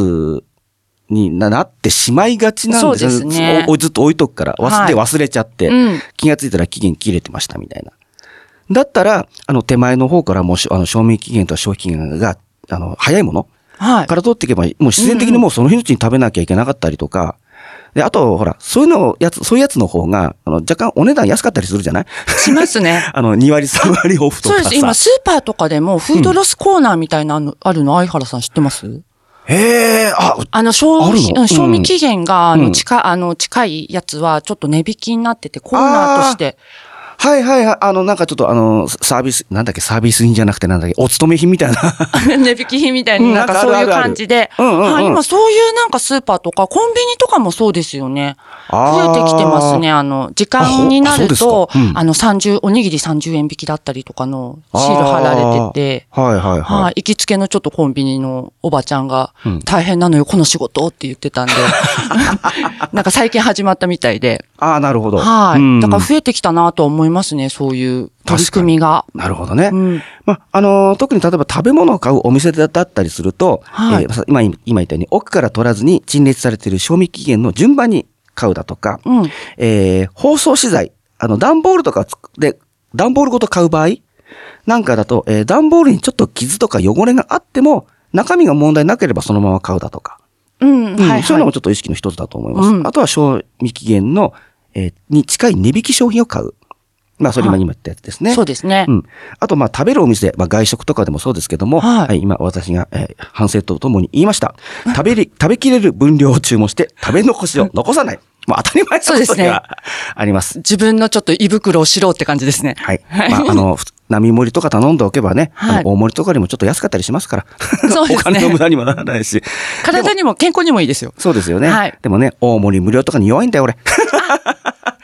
にななってしまいがちなんですよ
そうですね
おおずっと置いとくから、忘
はい
れ、忘れちゃって、
うん
気がついたら期限切れてましたみたいな。だったら、あの手前の方からもうしあの賞味期限とか消費期限が、あの、早いもの
はい
か。ら取っていけば、もう自然的にもうその日のうちに食べなきゃいけなかったりとか、で、あと、ほら、そういうの、やつ、そういうやつの方が、あの、若干お値段安かったりするじゃない
しますね。
あの、2割、3割オフと
そ
か
う
さ。
です。今、スーパーとかでも、フードロスコーナーみたいなの、あるの、相原さん知ってます
へえ、あ、
あの、賞
ある
味、
の
うん賞味期限が、あ
う
の、
ん
近、あの、近いやつは、ちょっと値引きになってて、コーナーとして。
はいはいはい。あの、なんかちょっとあの、サービス、なんだっけ、サービス品じゃなくてなんだっけ、お勤め品みたいな。
値引き品みたいな、
うん
なんか
なん
そ
か
う
あ
いう
るあるある
感じで。
うんうんうん
はい、今、そういうなんかスーパーとか、コンビニとかもそうですよね。
あ
増
ー
えてきてますね。あの、時間になる
あほあそう
と、
で
あ
すかうん
の、30、おにぎり30円引きだったりとかのシール貼られてて。
はいはいはい。
はい。行きつけのちょっとコンビニのおばちゃんが
うん、
大変なのよ、この仕事って言ってたん で。 なんか最近始まったみたいで。
ああ、なるほど。
はい。だから
え
増えてきたなとは思いますね、そういう取り組みが。
なるほどね。
うん。
まあ、あのー特に例えば食べ物を買うお店だったりすると、
はい
えーさ今、今言ったように奥から取らずに陳列されている賞味期限の順番に買うだとか、
うん。
えー包装資材、あの、段ボールとかつくで、段ボールごと買う場合なんかだと、えー段ボールにちょっと傷とか汚れがあっても、中身が問題なければそのまま買うだとか、
うん。
うん
はい。
そういうのも
はい
ちょっと意識の一つだと思います。
うん
あとは賞味期限の、えーに近い値引き商品を買う。まあ、それ今
はい
今言ったやつですね。
そうですね
う。ん。あと、まあ、食べるお店、まあ、外食とかでもそうですけども、
はい
今、私が、えー反省とともに言いました。食 べり、食べきれる分量を注文して、食べ残しを残さない。まあ、当たり前の
そうで
こと
す
に
ね
はあります。
自分のちょっと胃袋を知ろうって感じですね。
はい。まあ、あの、ふ並盛りとか頼んでおけばね、あの
はい
大盛りとかよりもちょっと安かったりしますから。
そうですね
お金の無駄にもならないし。
体にも健康にもいいですよ。
そうですよね。
はい
でもね、大盛り無料とかに弱いんだよ、俺。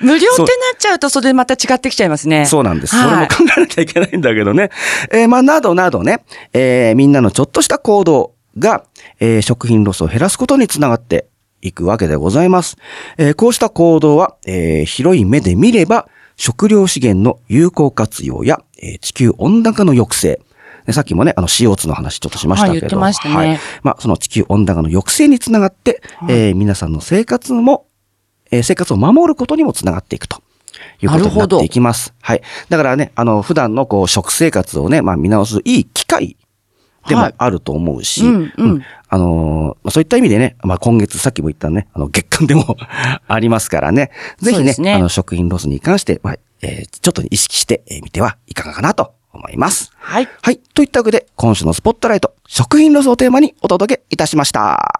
無料ってなっちゃうと、それまた違ってきちゃいますね。
そうなんです。それ
は
も
い
考。えなきゃいけないんだけどね。えーまあ、などなどね、えーみんなのちょっとした行動が、えー食品ロスを減らすことにつながっていくわけでございます。えーこうした行動は、えー広い目で見れば、食料資源の有効活用や、えー地球温暖化の抑制、でさっきもね、あの CO2 の話ちょっとしましたけど。
はい言ってましたね
はいまあ、その地球温暖化の抑制につながって、えー皆さんの生活も、えー生活を守ることにもつながっていくと。いうことになっていきます。はい。だからね、あの、普段のこう、食生活をね、まあ見直すいい機会で
は
も
い
あると思うし、
うんうん
あのーまあそういった意味でね、まあ今月さっきも言ったね、あの、月間でも ありますからね、ぜひ
そう
ね、
ですね
あの、食品ロスに関して、まあ、えーちょっと意識してえーみてはいかがかなと思います。
はい。
はい。といったわけで、今週のスポットライト、食品ロスをテーマにお届けいたしました。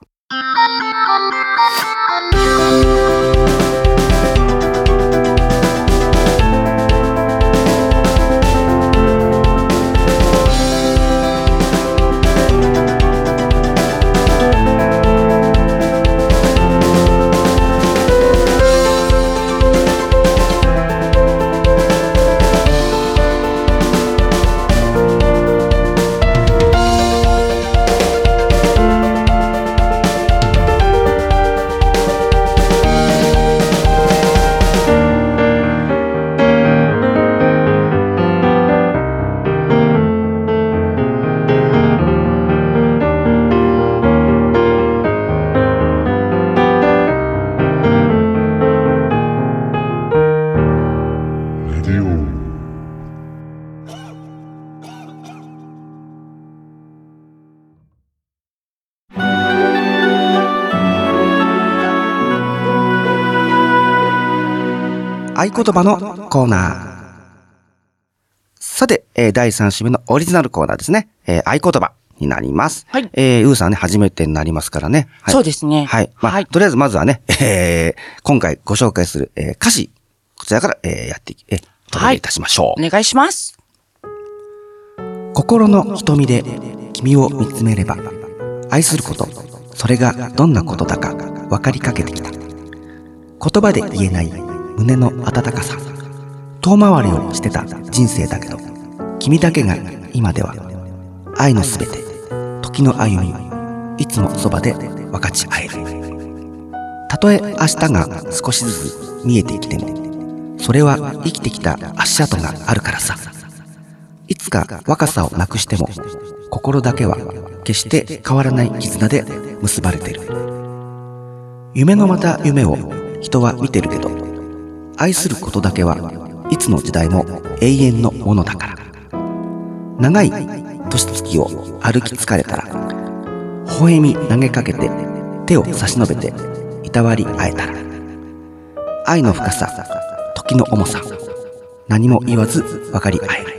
Radio.
合言葉のコーナー。さて、えー第3週目のオリジナルコーナーですね。えー合言葉になります。
はい
えー、ウーさんね、初めてになりますからね。はい、
そうですね。
はい。まあ、
はい
とりあえずまずはね、えー今回ご紹介する、えー歌詞、こちらから、えーやっていき、えー、お届けいたしましょう。
お願いします。
心の瞳で君を見つめれば愛することそれがどんなことだか分かりかけてきた言葉で言えない胸の温かさ遠回りをしてた人生だけど君だけが今では愛のすべて時の歩みいつもそばで分かち合えるたとえ明日が少しずつ見えてきてもそれは生きてきた足跡があるからさいつか若さをなくしても心だけは決して変わらない絆で結ばれている夢のまた夢を人は見てるけど愛することだけはいつの時代も永遠のものだから長い年月を歩き疲れたら微笑み投げかけて手を差し伸べていたわり合えたら愛の深さ時の重さ何も言わず分かり合える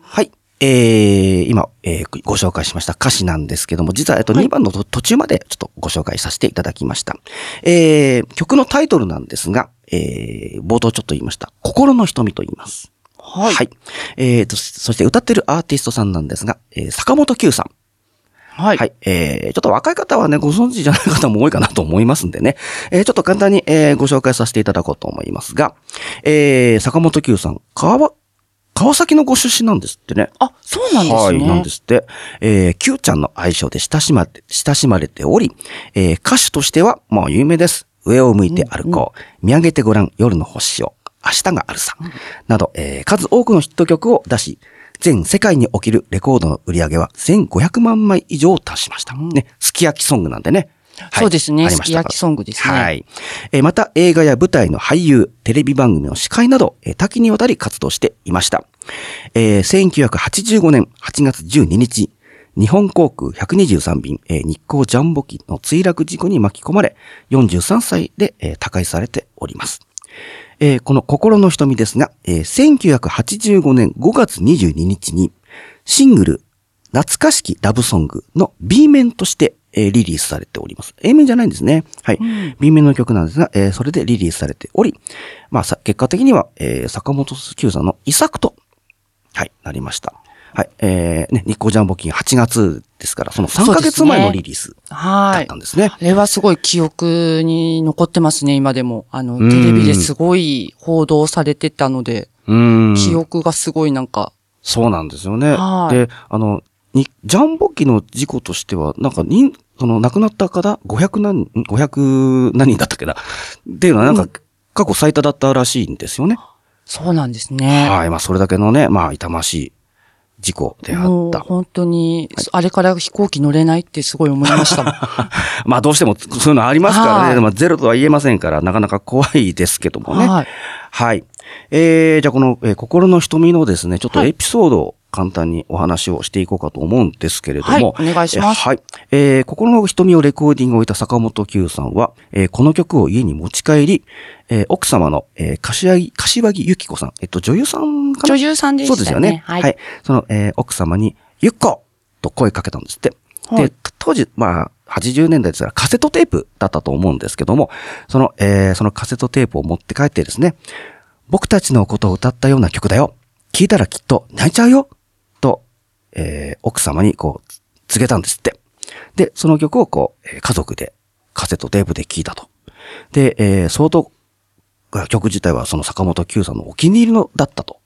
はい。えー、今、えーご紹介しました歌詞なんですけども、実は、えっと、2番のと途中までちょっとご紹介させていただきました。えー、曲のタイトルなんですが、えー、冒頭ちょっと言いました、心の瞳と言います。はい。えーと、そして歌ってるアーティストさんなんですが、えー坂本九さん。
は。
はいい。えー、ちょっと若い方はね、ご存知じゃない方も多いかなと思いますんでね。えー、ちょっと簡単に、えー、ご紹介させていただこうと思いますが、えー、坂本九さん、川、川崎のご出身なんですってね。
あ、そうなんですね。
はい、なんですって。えー、キューちゃんの愛称で親しまれ、親しまれており、えー、歌手としては、まあ、有名です。上を向いて歩こう。見上げてごらん、夜の星を。明日があるさ。など、えー、数多くのヒット曲を出し、全世界におけるレコードの売り上げは1500万枚以上を達しました。ね、すき焼きソングなんでね。はい
そうですね
ありま
すき
した
焼きソングですね
はい。えーまた映画や舞台の俳優、テレビ番組の司会など、えー多岐にわたり活動していました。えー1985年8月12日、日本航空123便、えー日航ジャンボ機の墜落事故に巻き込まれ、43歳で、えー他界されております。えーこの心の瞳ですが、えー1985年5月22日に、シングル、懐かしきラブソングの B 面として、えーリリースされております。A 面じゃないんですね。はい。B 面の曲なんですが、えーそれでリリースされており、まあさ、結果的には、えー坂本九さんの遺作と、はい、なりました。はい。えー、ね、日光ジャンボ金8月ですから、その3ヶ月前のリリースだ
は
っ
い
たん。ですね。
あれはすごい記憶に残ってますね、今でも。あの、
うん
テレビですごい報道されてたので、
うん。
記憶がすごいなんか、
そうなんですよね。
はい
で、あの、に、ジャンボ機の事故としては、なんか、に、その、亡くなった方、500何、ん500何人だったっけな。っていうのは、なんか、過去最多だったらしいんですよね。
そうなんですね。
はい。まあ、それだけのね、まあ、痛ましい事故であ
もう
った。
本当に、あれから飛行機乗れないってすごい思いましたもん。
まあ、どうしても、そういうのありますから
は
ね。
い
でもゼロとは言えませんから、なかなか怖いですけどもね。
はい。
はい。えー、じゃあこの、えー心の瞳のですね、ちょっと
はい
エピソードを簡単にお話をしていこうかと思うんですけれども。
はいお願いします
えーはい。えー心の瞳をレコーディングを終えた坂本九さんは、えーこの曲を家に持ち帰り、えー奥様の、えー柏木、柏木由紀子さん、えっと、女優さんかな
女優さんでしたね。
そうですよね。
は。
はいい。その、えー奥様に、ゆっこと声かけたんですって。
はい
で、当時、まあ、80年代ですから、カセットテープだったと思うんですけども、その、えーそのカセットテープを持って帰ってですね、僕たちのことを歌ったような曲だよ。聴いたらきっと泣いちゃうよ。と、えー奥様にこう、告げたんですって。で、その曲をこう、えー家族で、カセットテープで聴いたと。で、えー相当曲自体はその坂本九さんのお気に入りのだったと、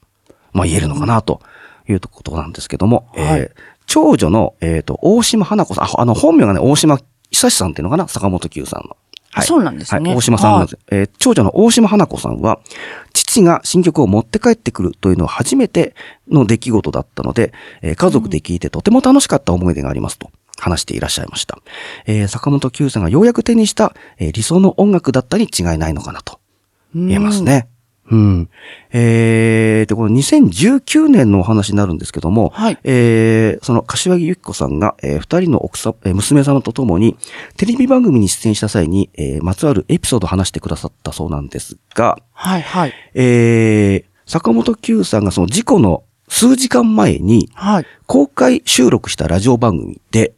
まあ言えるのかなということなんですけども、
はい
えー長女の、えーと、大島花子さん、ああの、本名がね、大島久志さんっていうのかな、坂本九さんの。はい。
そうなんですね
はい、大島さんなんです、えー長女の大島花子さんは、父が新曲を持って帰ってくるというのは初めての出来事だったので、えー家族で聴いてとても楽しかった思い出がありますと話していらっしゃいました。えー坂本九さんがようやく手にした、えー理想の音楽だったに違いないのかなと言えますね。うん。えー、で、この2019年のお話になるんですけども、
はい
えー、その柏木由紀子さんが、えー二人の奥さん、えー娘様と共に、テレビ番組に出演した際に、えーまつわるエピソードを話してくださったそうなんですが、
はい、はい。
えー、坂本九さんがその事故の数時間前に、
はい。
公開収録したラジオ番組で、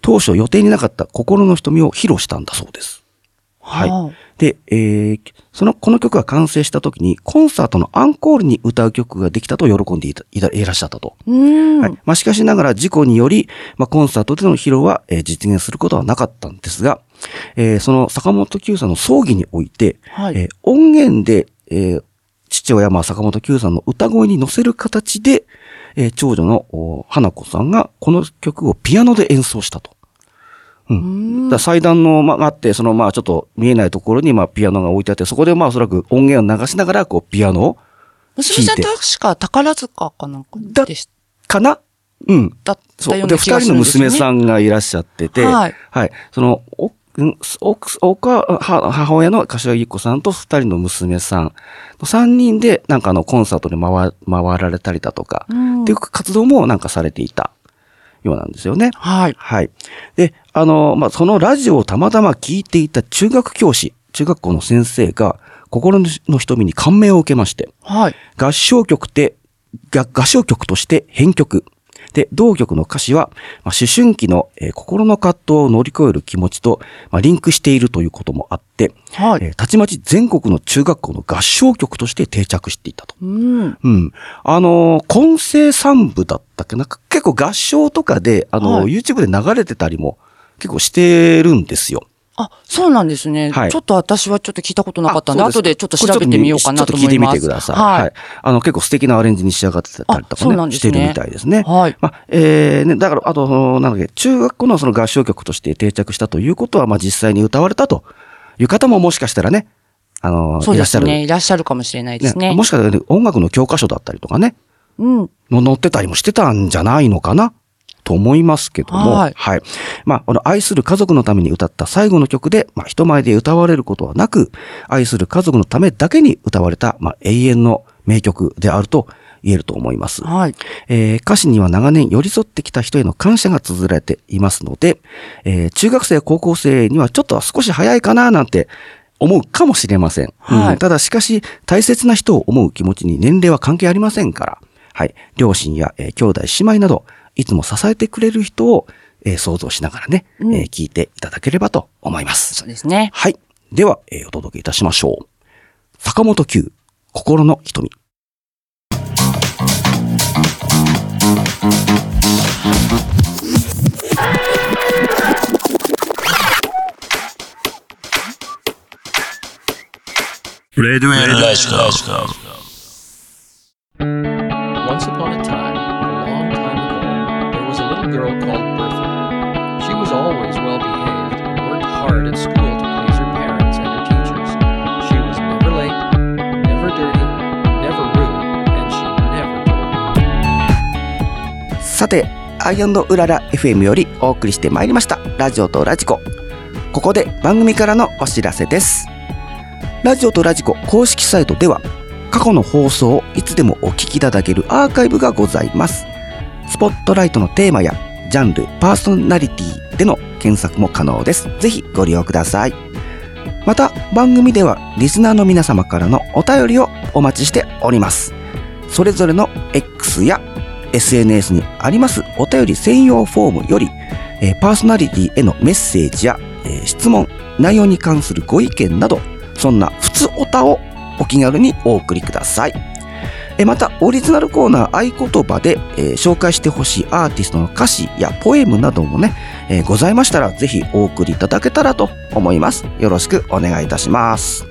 当初予定になかった心の瞳を披露したんだそうです。はい。
ああ
で、えーその、この曲が完成した時に、コンサートのアンコールに歌う曲ができたと喜んでいたいたいらっしゃったと。
うーん。
はい。まあ、しかしながら事故により、まあ、コンサートでの披露は、えー実現することはなかったんですが、えーその坂本九さんの葬儀において、
はい
えー音源で、えー父親、まあ、坂本九さんの歌声に乗せる形で、えー長女のお花子さんがこの曲をピアノで演奏したと。うん。だから祭壇の、まあ、あって、その、まあ、ちょっと見えないところに、まあ、ピアノが置いてあって、そこで、まあ、おそらく音源を流しながら、こう、ピアノを
娘さん
聞いて
確か宝塚かなんか
だ
でし
かなうん。
だった
そ
よ
う。
う
で、
な
二
気がす
人の
るんですよね。
娘さんがいらっしゃってて、
はい
その、お、んお、おか、は母親の柏木由紀子さんと二人の娘さんの三人で、なんかあの、コンサートに回、回られたりだとか、
うん
っていう活動もなんかされていたようなんですよね。
はい。
はい。で、あの、まあ、そのラジオをたまたま聞いていた中学教師、中学校の先生が、心の瞳に感銘を受けまして、
はい。
合唱曲って、が合唱曲として編曲。で、同曲の歌詞は、まあ、思春期の、えー心の葛藤を乗り越える気持ちと、まあ、リンクしているということもあって、
はい。
えーたちまち全国の中学校の合唱曲として定着していたと。
うん。
うん。あのー、混声三部だったっけなんか結構合唱とかで、あのー
はい
YouTube で流れてたりも結構してるんですよ。
あ、そうなんですね。
はい
ちょっと私はちょっと聞いたことなかったんで、
あそ
後
う
ですちょっと調べてみようかなと思います。
これちょっとねちょっと聞いてみてください。
は
はいい。。あの、結構素敵なアレンジに仕上がってたりと
あそうな
か
ん
ね、
で
し
すね
てるみたいですね。
はい
まあ、えー、ね、だから、あと、そのなんだっけ、中学校のその合唱曲として定着したということは、まあ実際に歌われたという方ももしかしたらね、あの
そ
ー、
う
いら
で
っしゃ
す
る。
ね。いらっしゃるかもしれないですね。
ねもしかしたら音楽の教科書だったりとかね、
うん。
の乗ってたりもしてたんじゃないのかなと思いますけども、
は
はいい。まあ、この愛する家族のために歌った最後の曲で、まあ、人前で歌われることはなく、愛する家族のためだけに歌われた、まあ、永遠の名曲であると言えると思います。
はい。
えー歌詞には長年寄り添ってきた人への感謝が綴られていますので、えー中学生、高校生にはちょっとは少し早いかななんて思うかもしれません。
はい
うんただしかし、大切な人を思う気持ちに年齢は関係ありませんから、はい。両親や、えー兄弟、姉妹など、いつも支えてくれる人を、えー想像しながらね、
うん
えー聞いていただければと思います。
そうですね。
はい。では、えーお届けいたしましょう。坂本九、心の瞳。
Red Rascals.
Once upon a time, a long time ago, there was a little girl called Bertha. She was always well behaved and worked hard at school to please her parents and her teachers. She was never late, never dirty, never rude, and she never told.
さて、アイアンドウララ FM よりお送りしてまいりました、ラジオとラジコ。ここで番組からのお知らせです。ラジオとラジコ公式サイトでは、過去の放送をいつでもお聞きいただけるアーカイブがございます。スポットライトのテーマや、ジャンル、パーソナリティでの検索も可能です。ぜひご利用ください。また、番組ではリスナーの皆様からのお便りをお待ちしております。それぞれの X や SNS にありますお便り専用フォームより、えーパーソナリティへのメッセージや、えー質問、内容に関するご意見など、そんな普通おたをお気軽にお送りください。えーまた、オリジナルコーナー合言葉で、えー紹介してほしいアーティストの歌詞やポエムなどもね、えーございましたら、ぜひお送りいただけたらと思います。よろしくお願いいたします。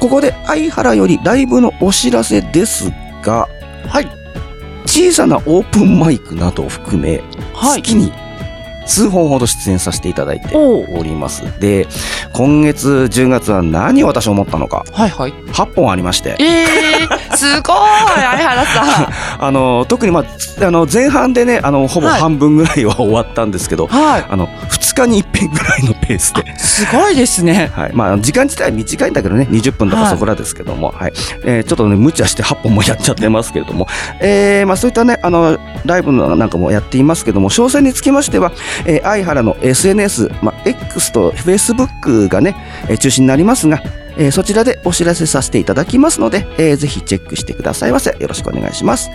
ここで、相原よりライブのお知らせですが、
はい。
小さなオープンマイクなどを含め、
はい
月に数本ほど出演させていただいて
おう
おります。で、今月10月は何を私思ったのか、
はいはい。
8本ありまして、
えー、すごい相原さん。
あの、特にまあ、つあの、前半でね、あの、ほぼ
はい
半分ぐらいは終わったんですけど、
は
あの、2日に1遍ぐらいのペースで、
い。すごいですね。
はい。まあ、時間自体は短いんだけどね、20分と
は
か
い
そこらですけども、はい。えーちょっとね、無茶して8本もやっちゃってますけれども、えーまあ、そういったね、あの、ライブのなんかもやっていますけども、詳細につきましては、えー、相原の SNS、まあ、X と Facebook がね、えー中心になりますが、えーそちらでお知らせさせていただきますので、えーぜひチェックしてくださいませ。よろしくお願いします。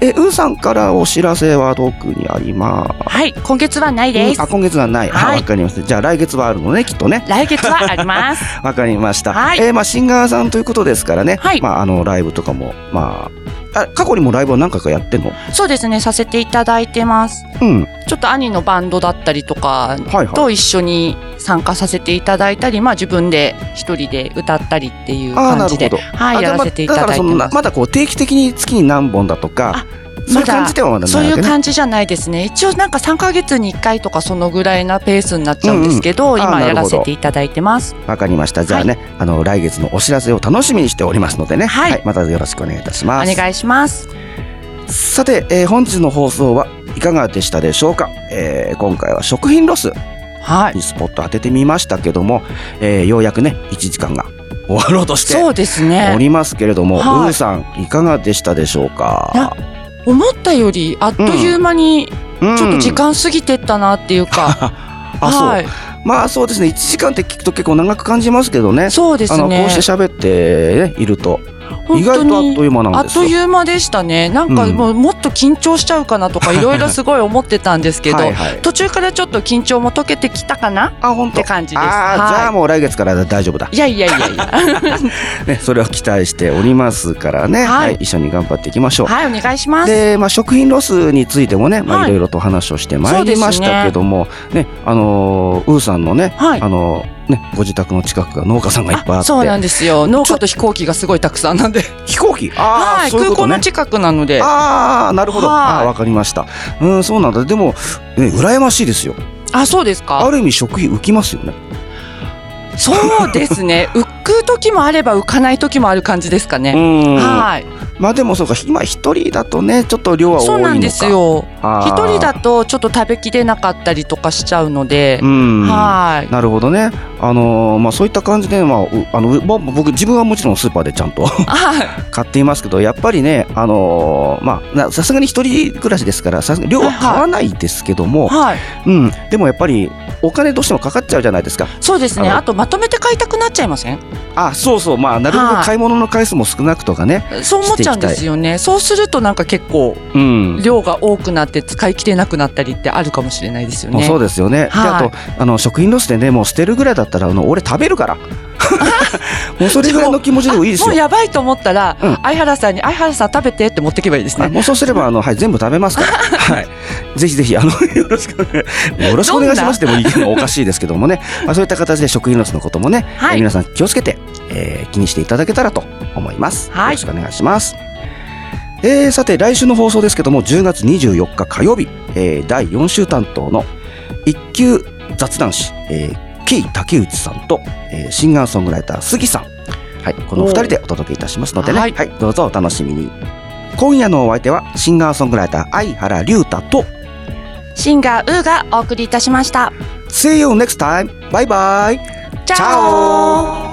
えー、うーさんからお知らせは特にありま
はい。今月はないです
うんあ、。今月はない。
は
はいい。わかりました。じゃあ来月はあるのね、きっとね。
来月はあります。
わかりました。
はい
えーまあシンガーさんということですからね。
はい
まああのライブとかもまああ過去にもライブを何回かやってんの。
そうですね。させていただいてます。
うん。
ちょっと兄のバンドだったりとか
はいはい
と一緒に参加させていただいたり、まあ自分で一人で歌ったりっていう
ああ
感
な
じで、
るほど。
はい、
あじ
や
ゃあ
ら
まあ
せていただいて
だから
ま
そ
す。
のまだこう定期的に月に何本だとか。そういう感じではまだない
そう
わ
い
け
う
ね。
感じじゃないですね。一応なんか3ヶ月に1回とかそのぐらいなペースになっちゃうんですけど、
うんうんあー
今
な
や
るほ
ら
ど
せていただいてます。
わかりました。じゃあね、あの来月のお知らせを楽しみにしておりますのでね。
はい
またよろしくお願いいたし
お
ます。
願いします。
さて、えー本日の放送はいかがでしたでしょうか、えー今回は食品ロス
はい。
にスポット当ててみましたけども、えーようやくね1時間が終わろうとして
そうです
お
ね。
りますけれども、
はいう
ーさんいかがでしたでしょうか
思ったよりあっという間に
うん
ちょっと時間過ぎてったなっていうか。
あそう、
はい。
まあそうですね1時間って聞くと結構長く感じますけどね
そうです
あのこう
ね
して。喋って、ね、いると
本
意
当
外とあっ
に
という間な
あ
んで
っ
すよ
という間でしたね。なんか
うん
もうもっと緊張しちゃうかなと かいろいろすごい思ってたんですけど、
はいはい
途中からちょっと緊張も解けてきたかな
あ本
っ
当
て感じです。
あー
はい
じゃあもう来月から大丈夫だ
いやいやいやい や。
ねそれを期待しておりますからね、
はい
はい、一緒に頑張っていきましょう
はい、お願いします。
で、まあ、食品ロスについてもね、ま
は
あ、
い
いろいろと話をしてまいりましたけども、ねあのーウーさんのね,、
はい
あのーねご自宅の近くが農家さんがいっぱいあ
あ
って
そうなんですよ。農
ちょ
家と飛行機がすごいたくさんなんで。
飛行機ああ、
はい、
そういう
空
こ
港
とね
の近くなので。あ
ああなるほど
はい
ああわかりましたうんそうなんだでも、ね、羨ましいですよ
そうです
あ
か。
る意味食費浮きますよね
そうです ね。浮く時もあれば浮かない時もある感じですか
う
ね。
ん
はい、
まあでもそうか今一人だとねちょっと量は多いの
そう
か
なんですよ。
あ
一
ー
人だとちょっと食べきれなかったりとかしちゃうので
う。ん
はい。
なるほどね。あのーまあそういった感じで、まあ、うあの、うまあ僕、自分はもちろんスーパーでちゃんと
はい。
買っていますけど、やっぱりね、あのーまあな、さすがに一人暮らしですから、さすが量は買わないですけども、
はい。
うん、でもやっぱり、お金どうしてもかかっちゃうじゃないですか。
そうですね。
あの
あとまとめて買いたくなっちゃいません。
あ、そうそう、まあ、なるべ
はい
く買い物の回数も少なくとかね。
そう思っちゃうんですよね。そうするとなんか結構
うん。
量が多くなって使い切れなくなったりってあるかもしれないですよ
もう
ね。
そうですよね、
はい
であとあの食品ロスでねもう捨てるぐらいだったらあの俺食べるから もうそれぐらいの気持ちでもいいです
あもう
よ
やばいと思ったら、
うん
相原さんに相原さん食べてって持ってけばいいです
あ
ね。
もうそうすればあの、はい、全部食 べますから、はい、ぜひぜひあのよろしくお願いよろしくお願いしますでもいいのおかしいですけどもね、まあ、そういった形で食品ロスのこともね、
はい
え皆さん気をつけて、えー気にしていただけたらと思います、
はい
よろしくお願いしますえーさて来週の放送ですけども10月24日火曜日、えー第4週担当の一級雑談師、えー、キー竹内さんと、えーシンガーソングライター杉さん、はい、この2人でお届けいたしますのでね、
は
はいいどうぞお楽しみに今夜のお相手はシンガーソングライター相原龍太と
シンガーウーがお送りいたしました。
See you next time! バイバイ
チャ
チャ
オ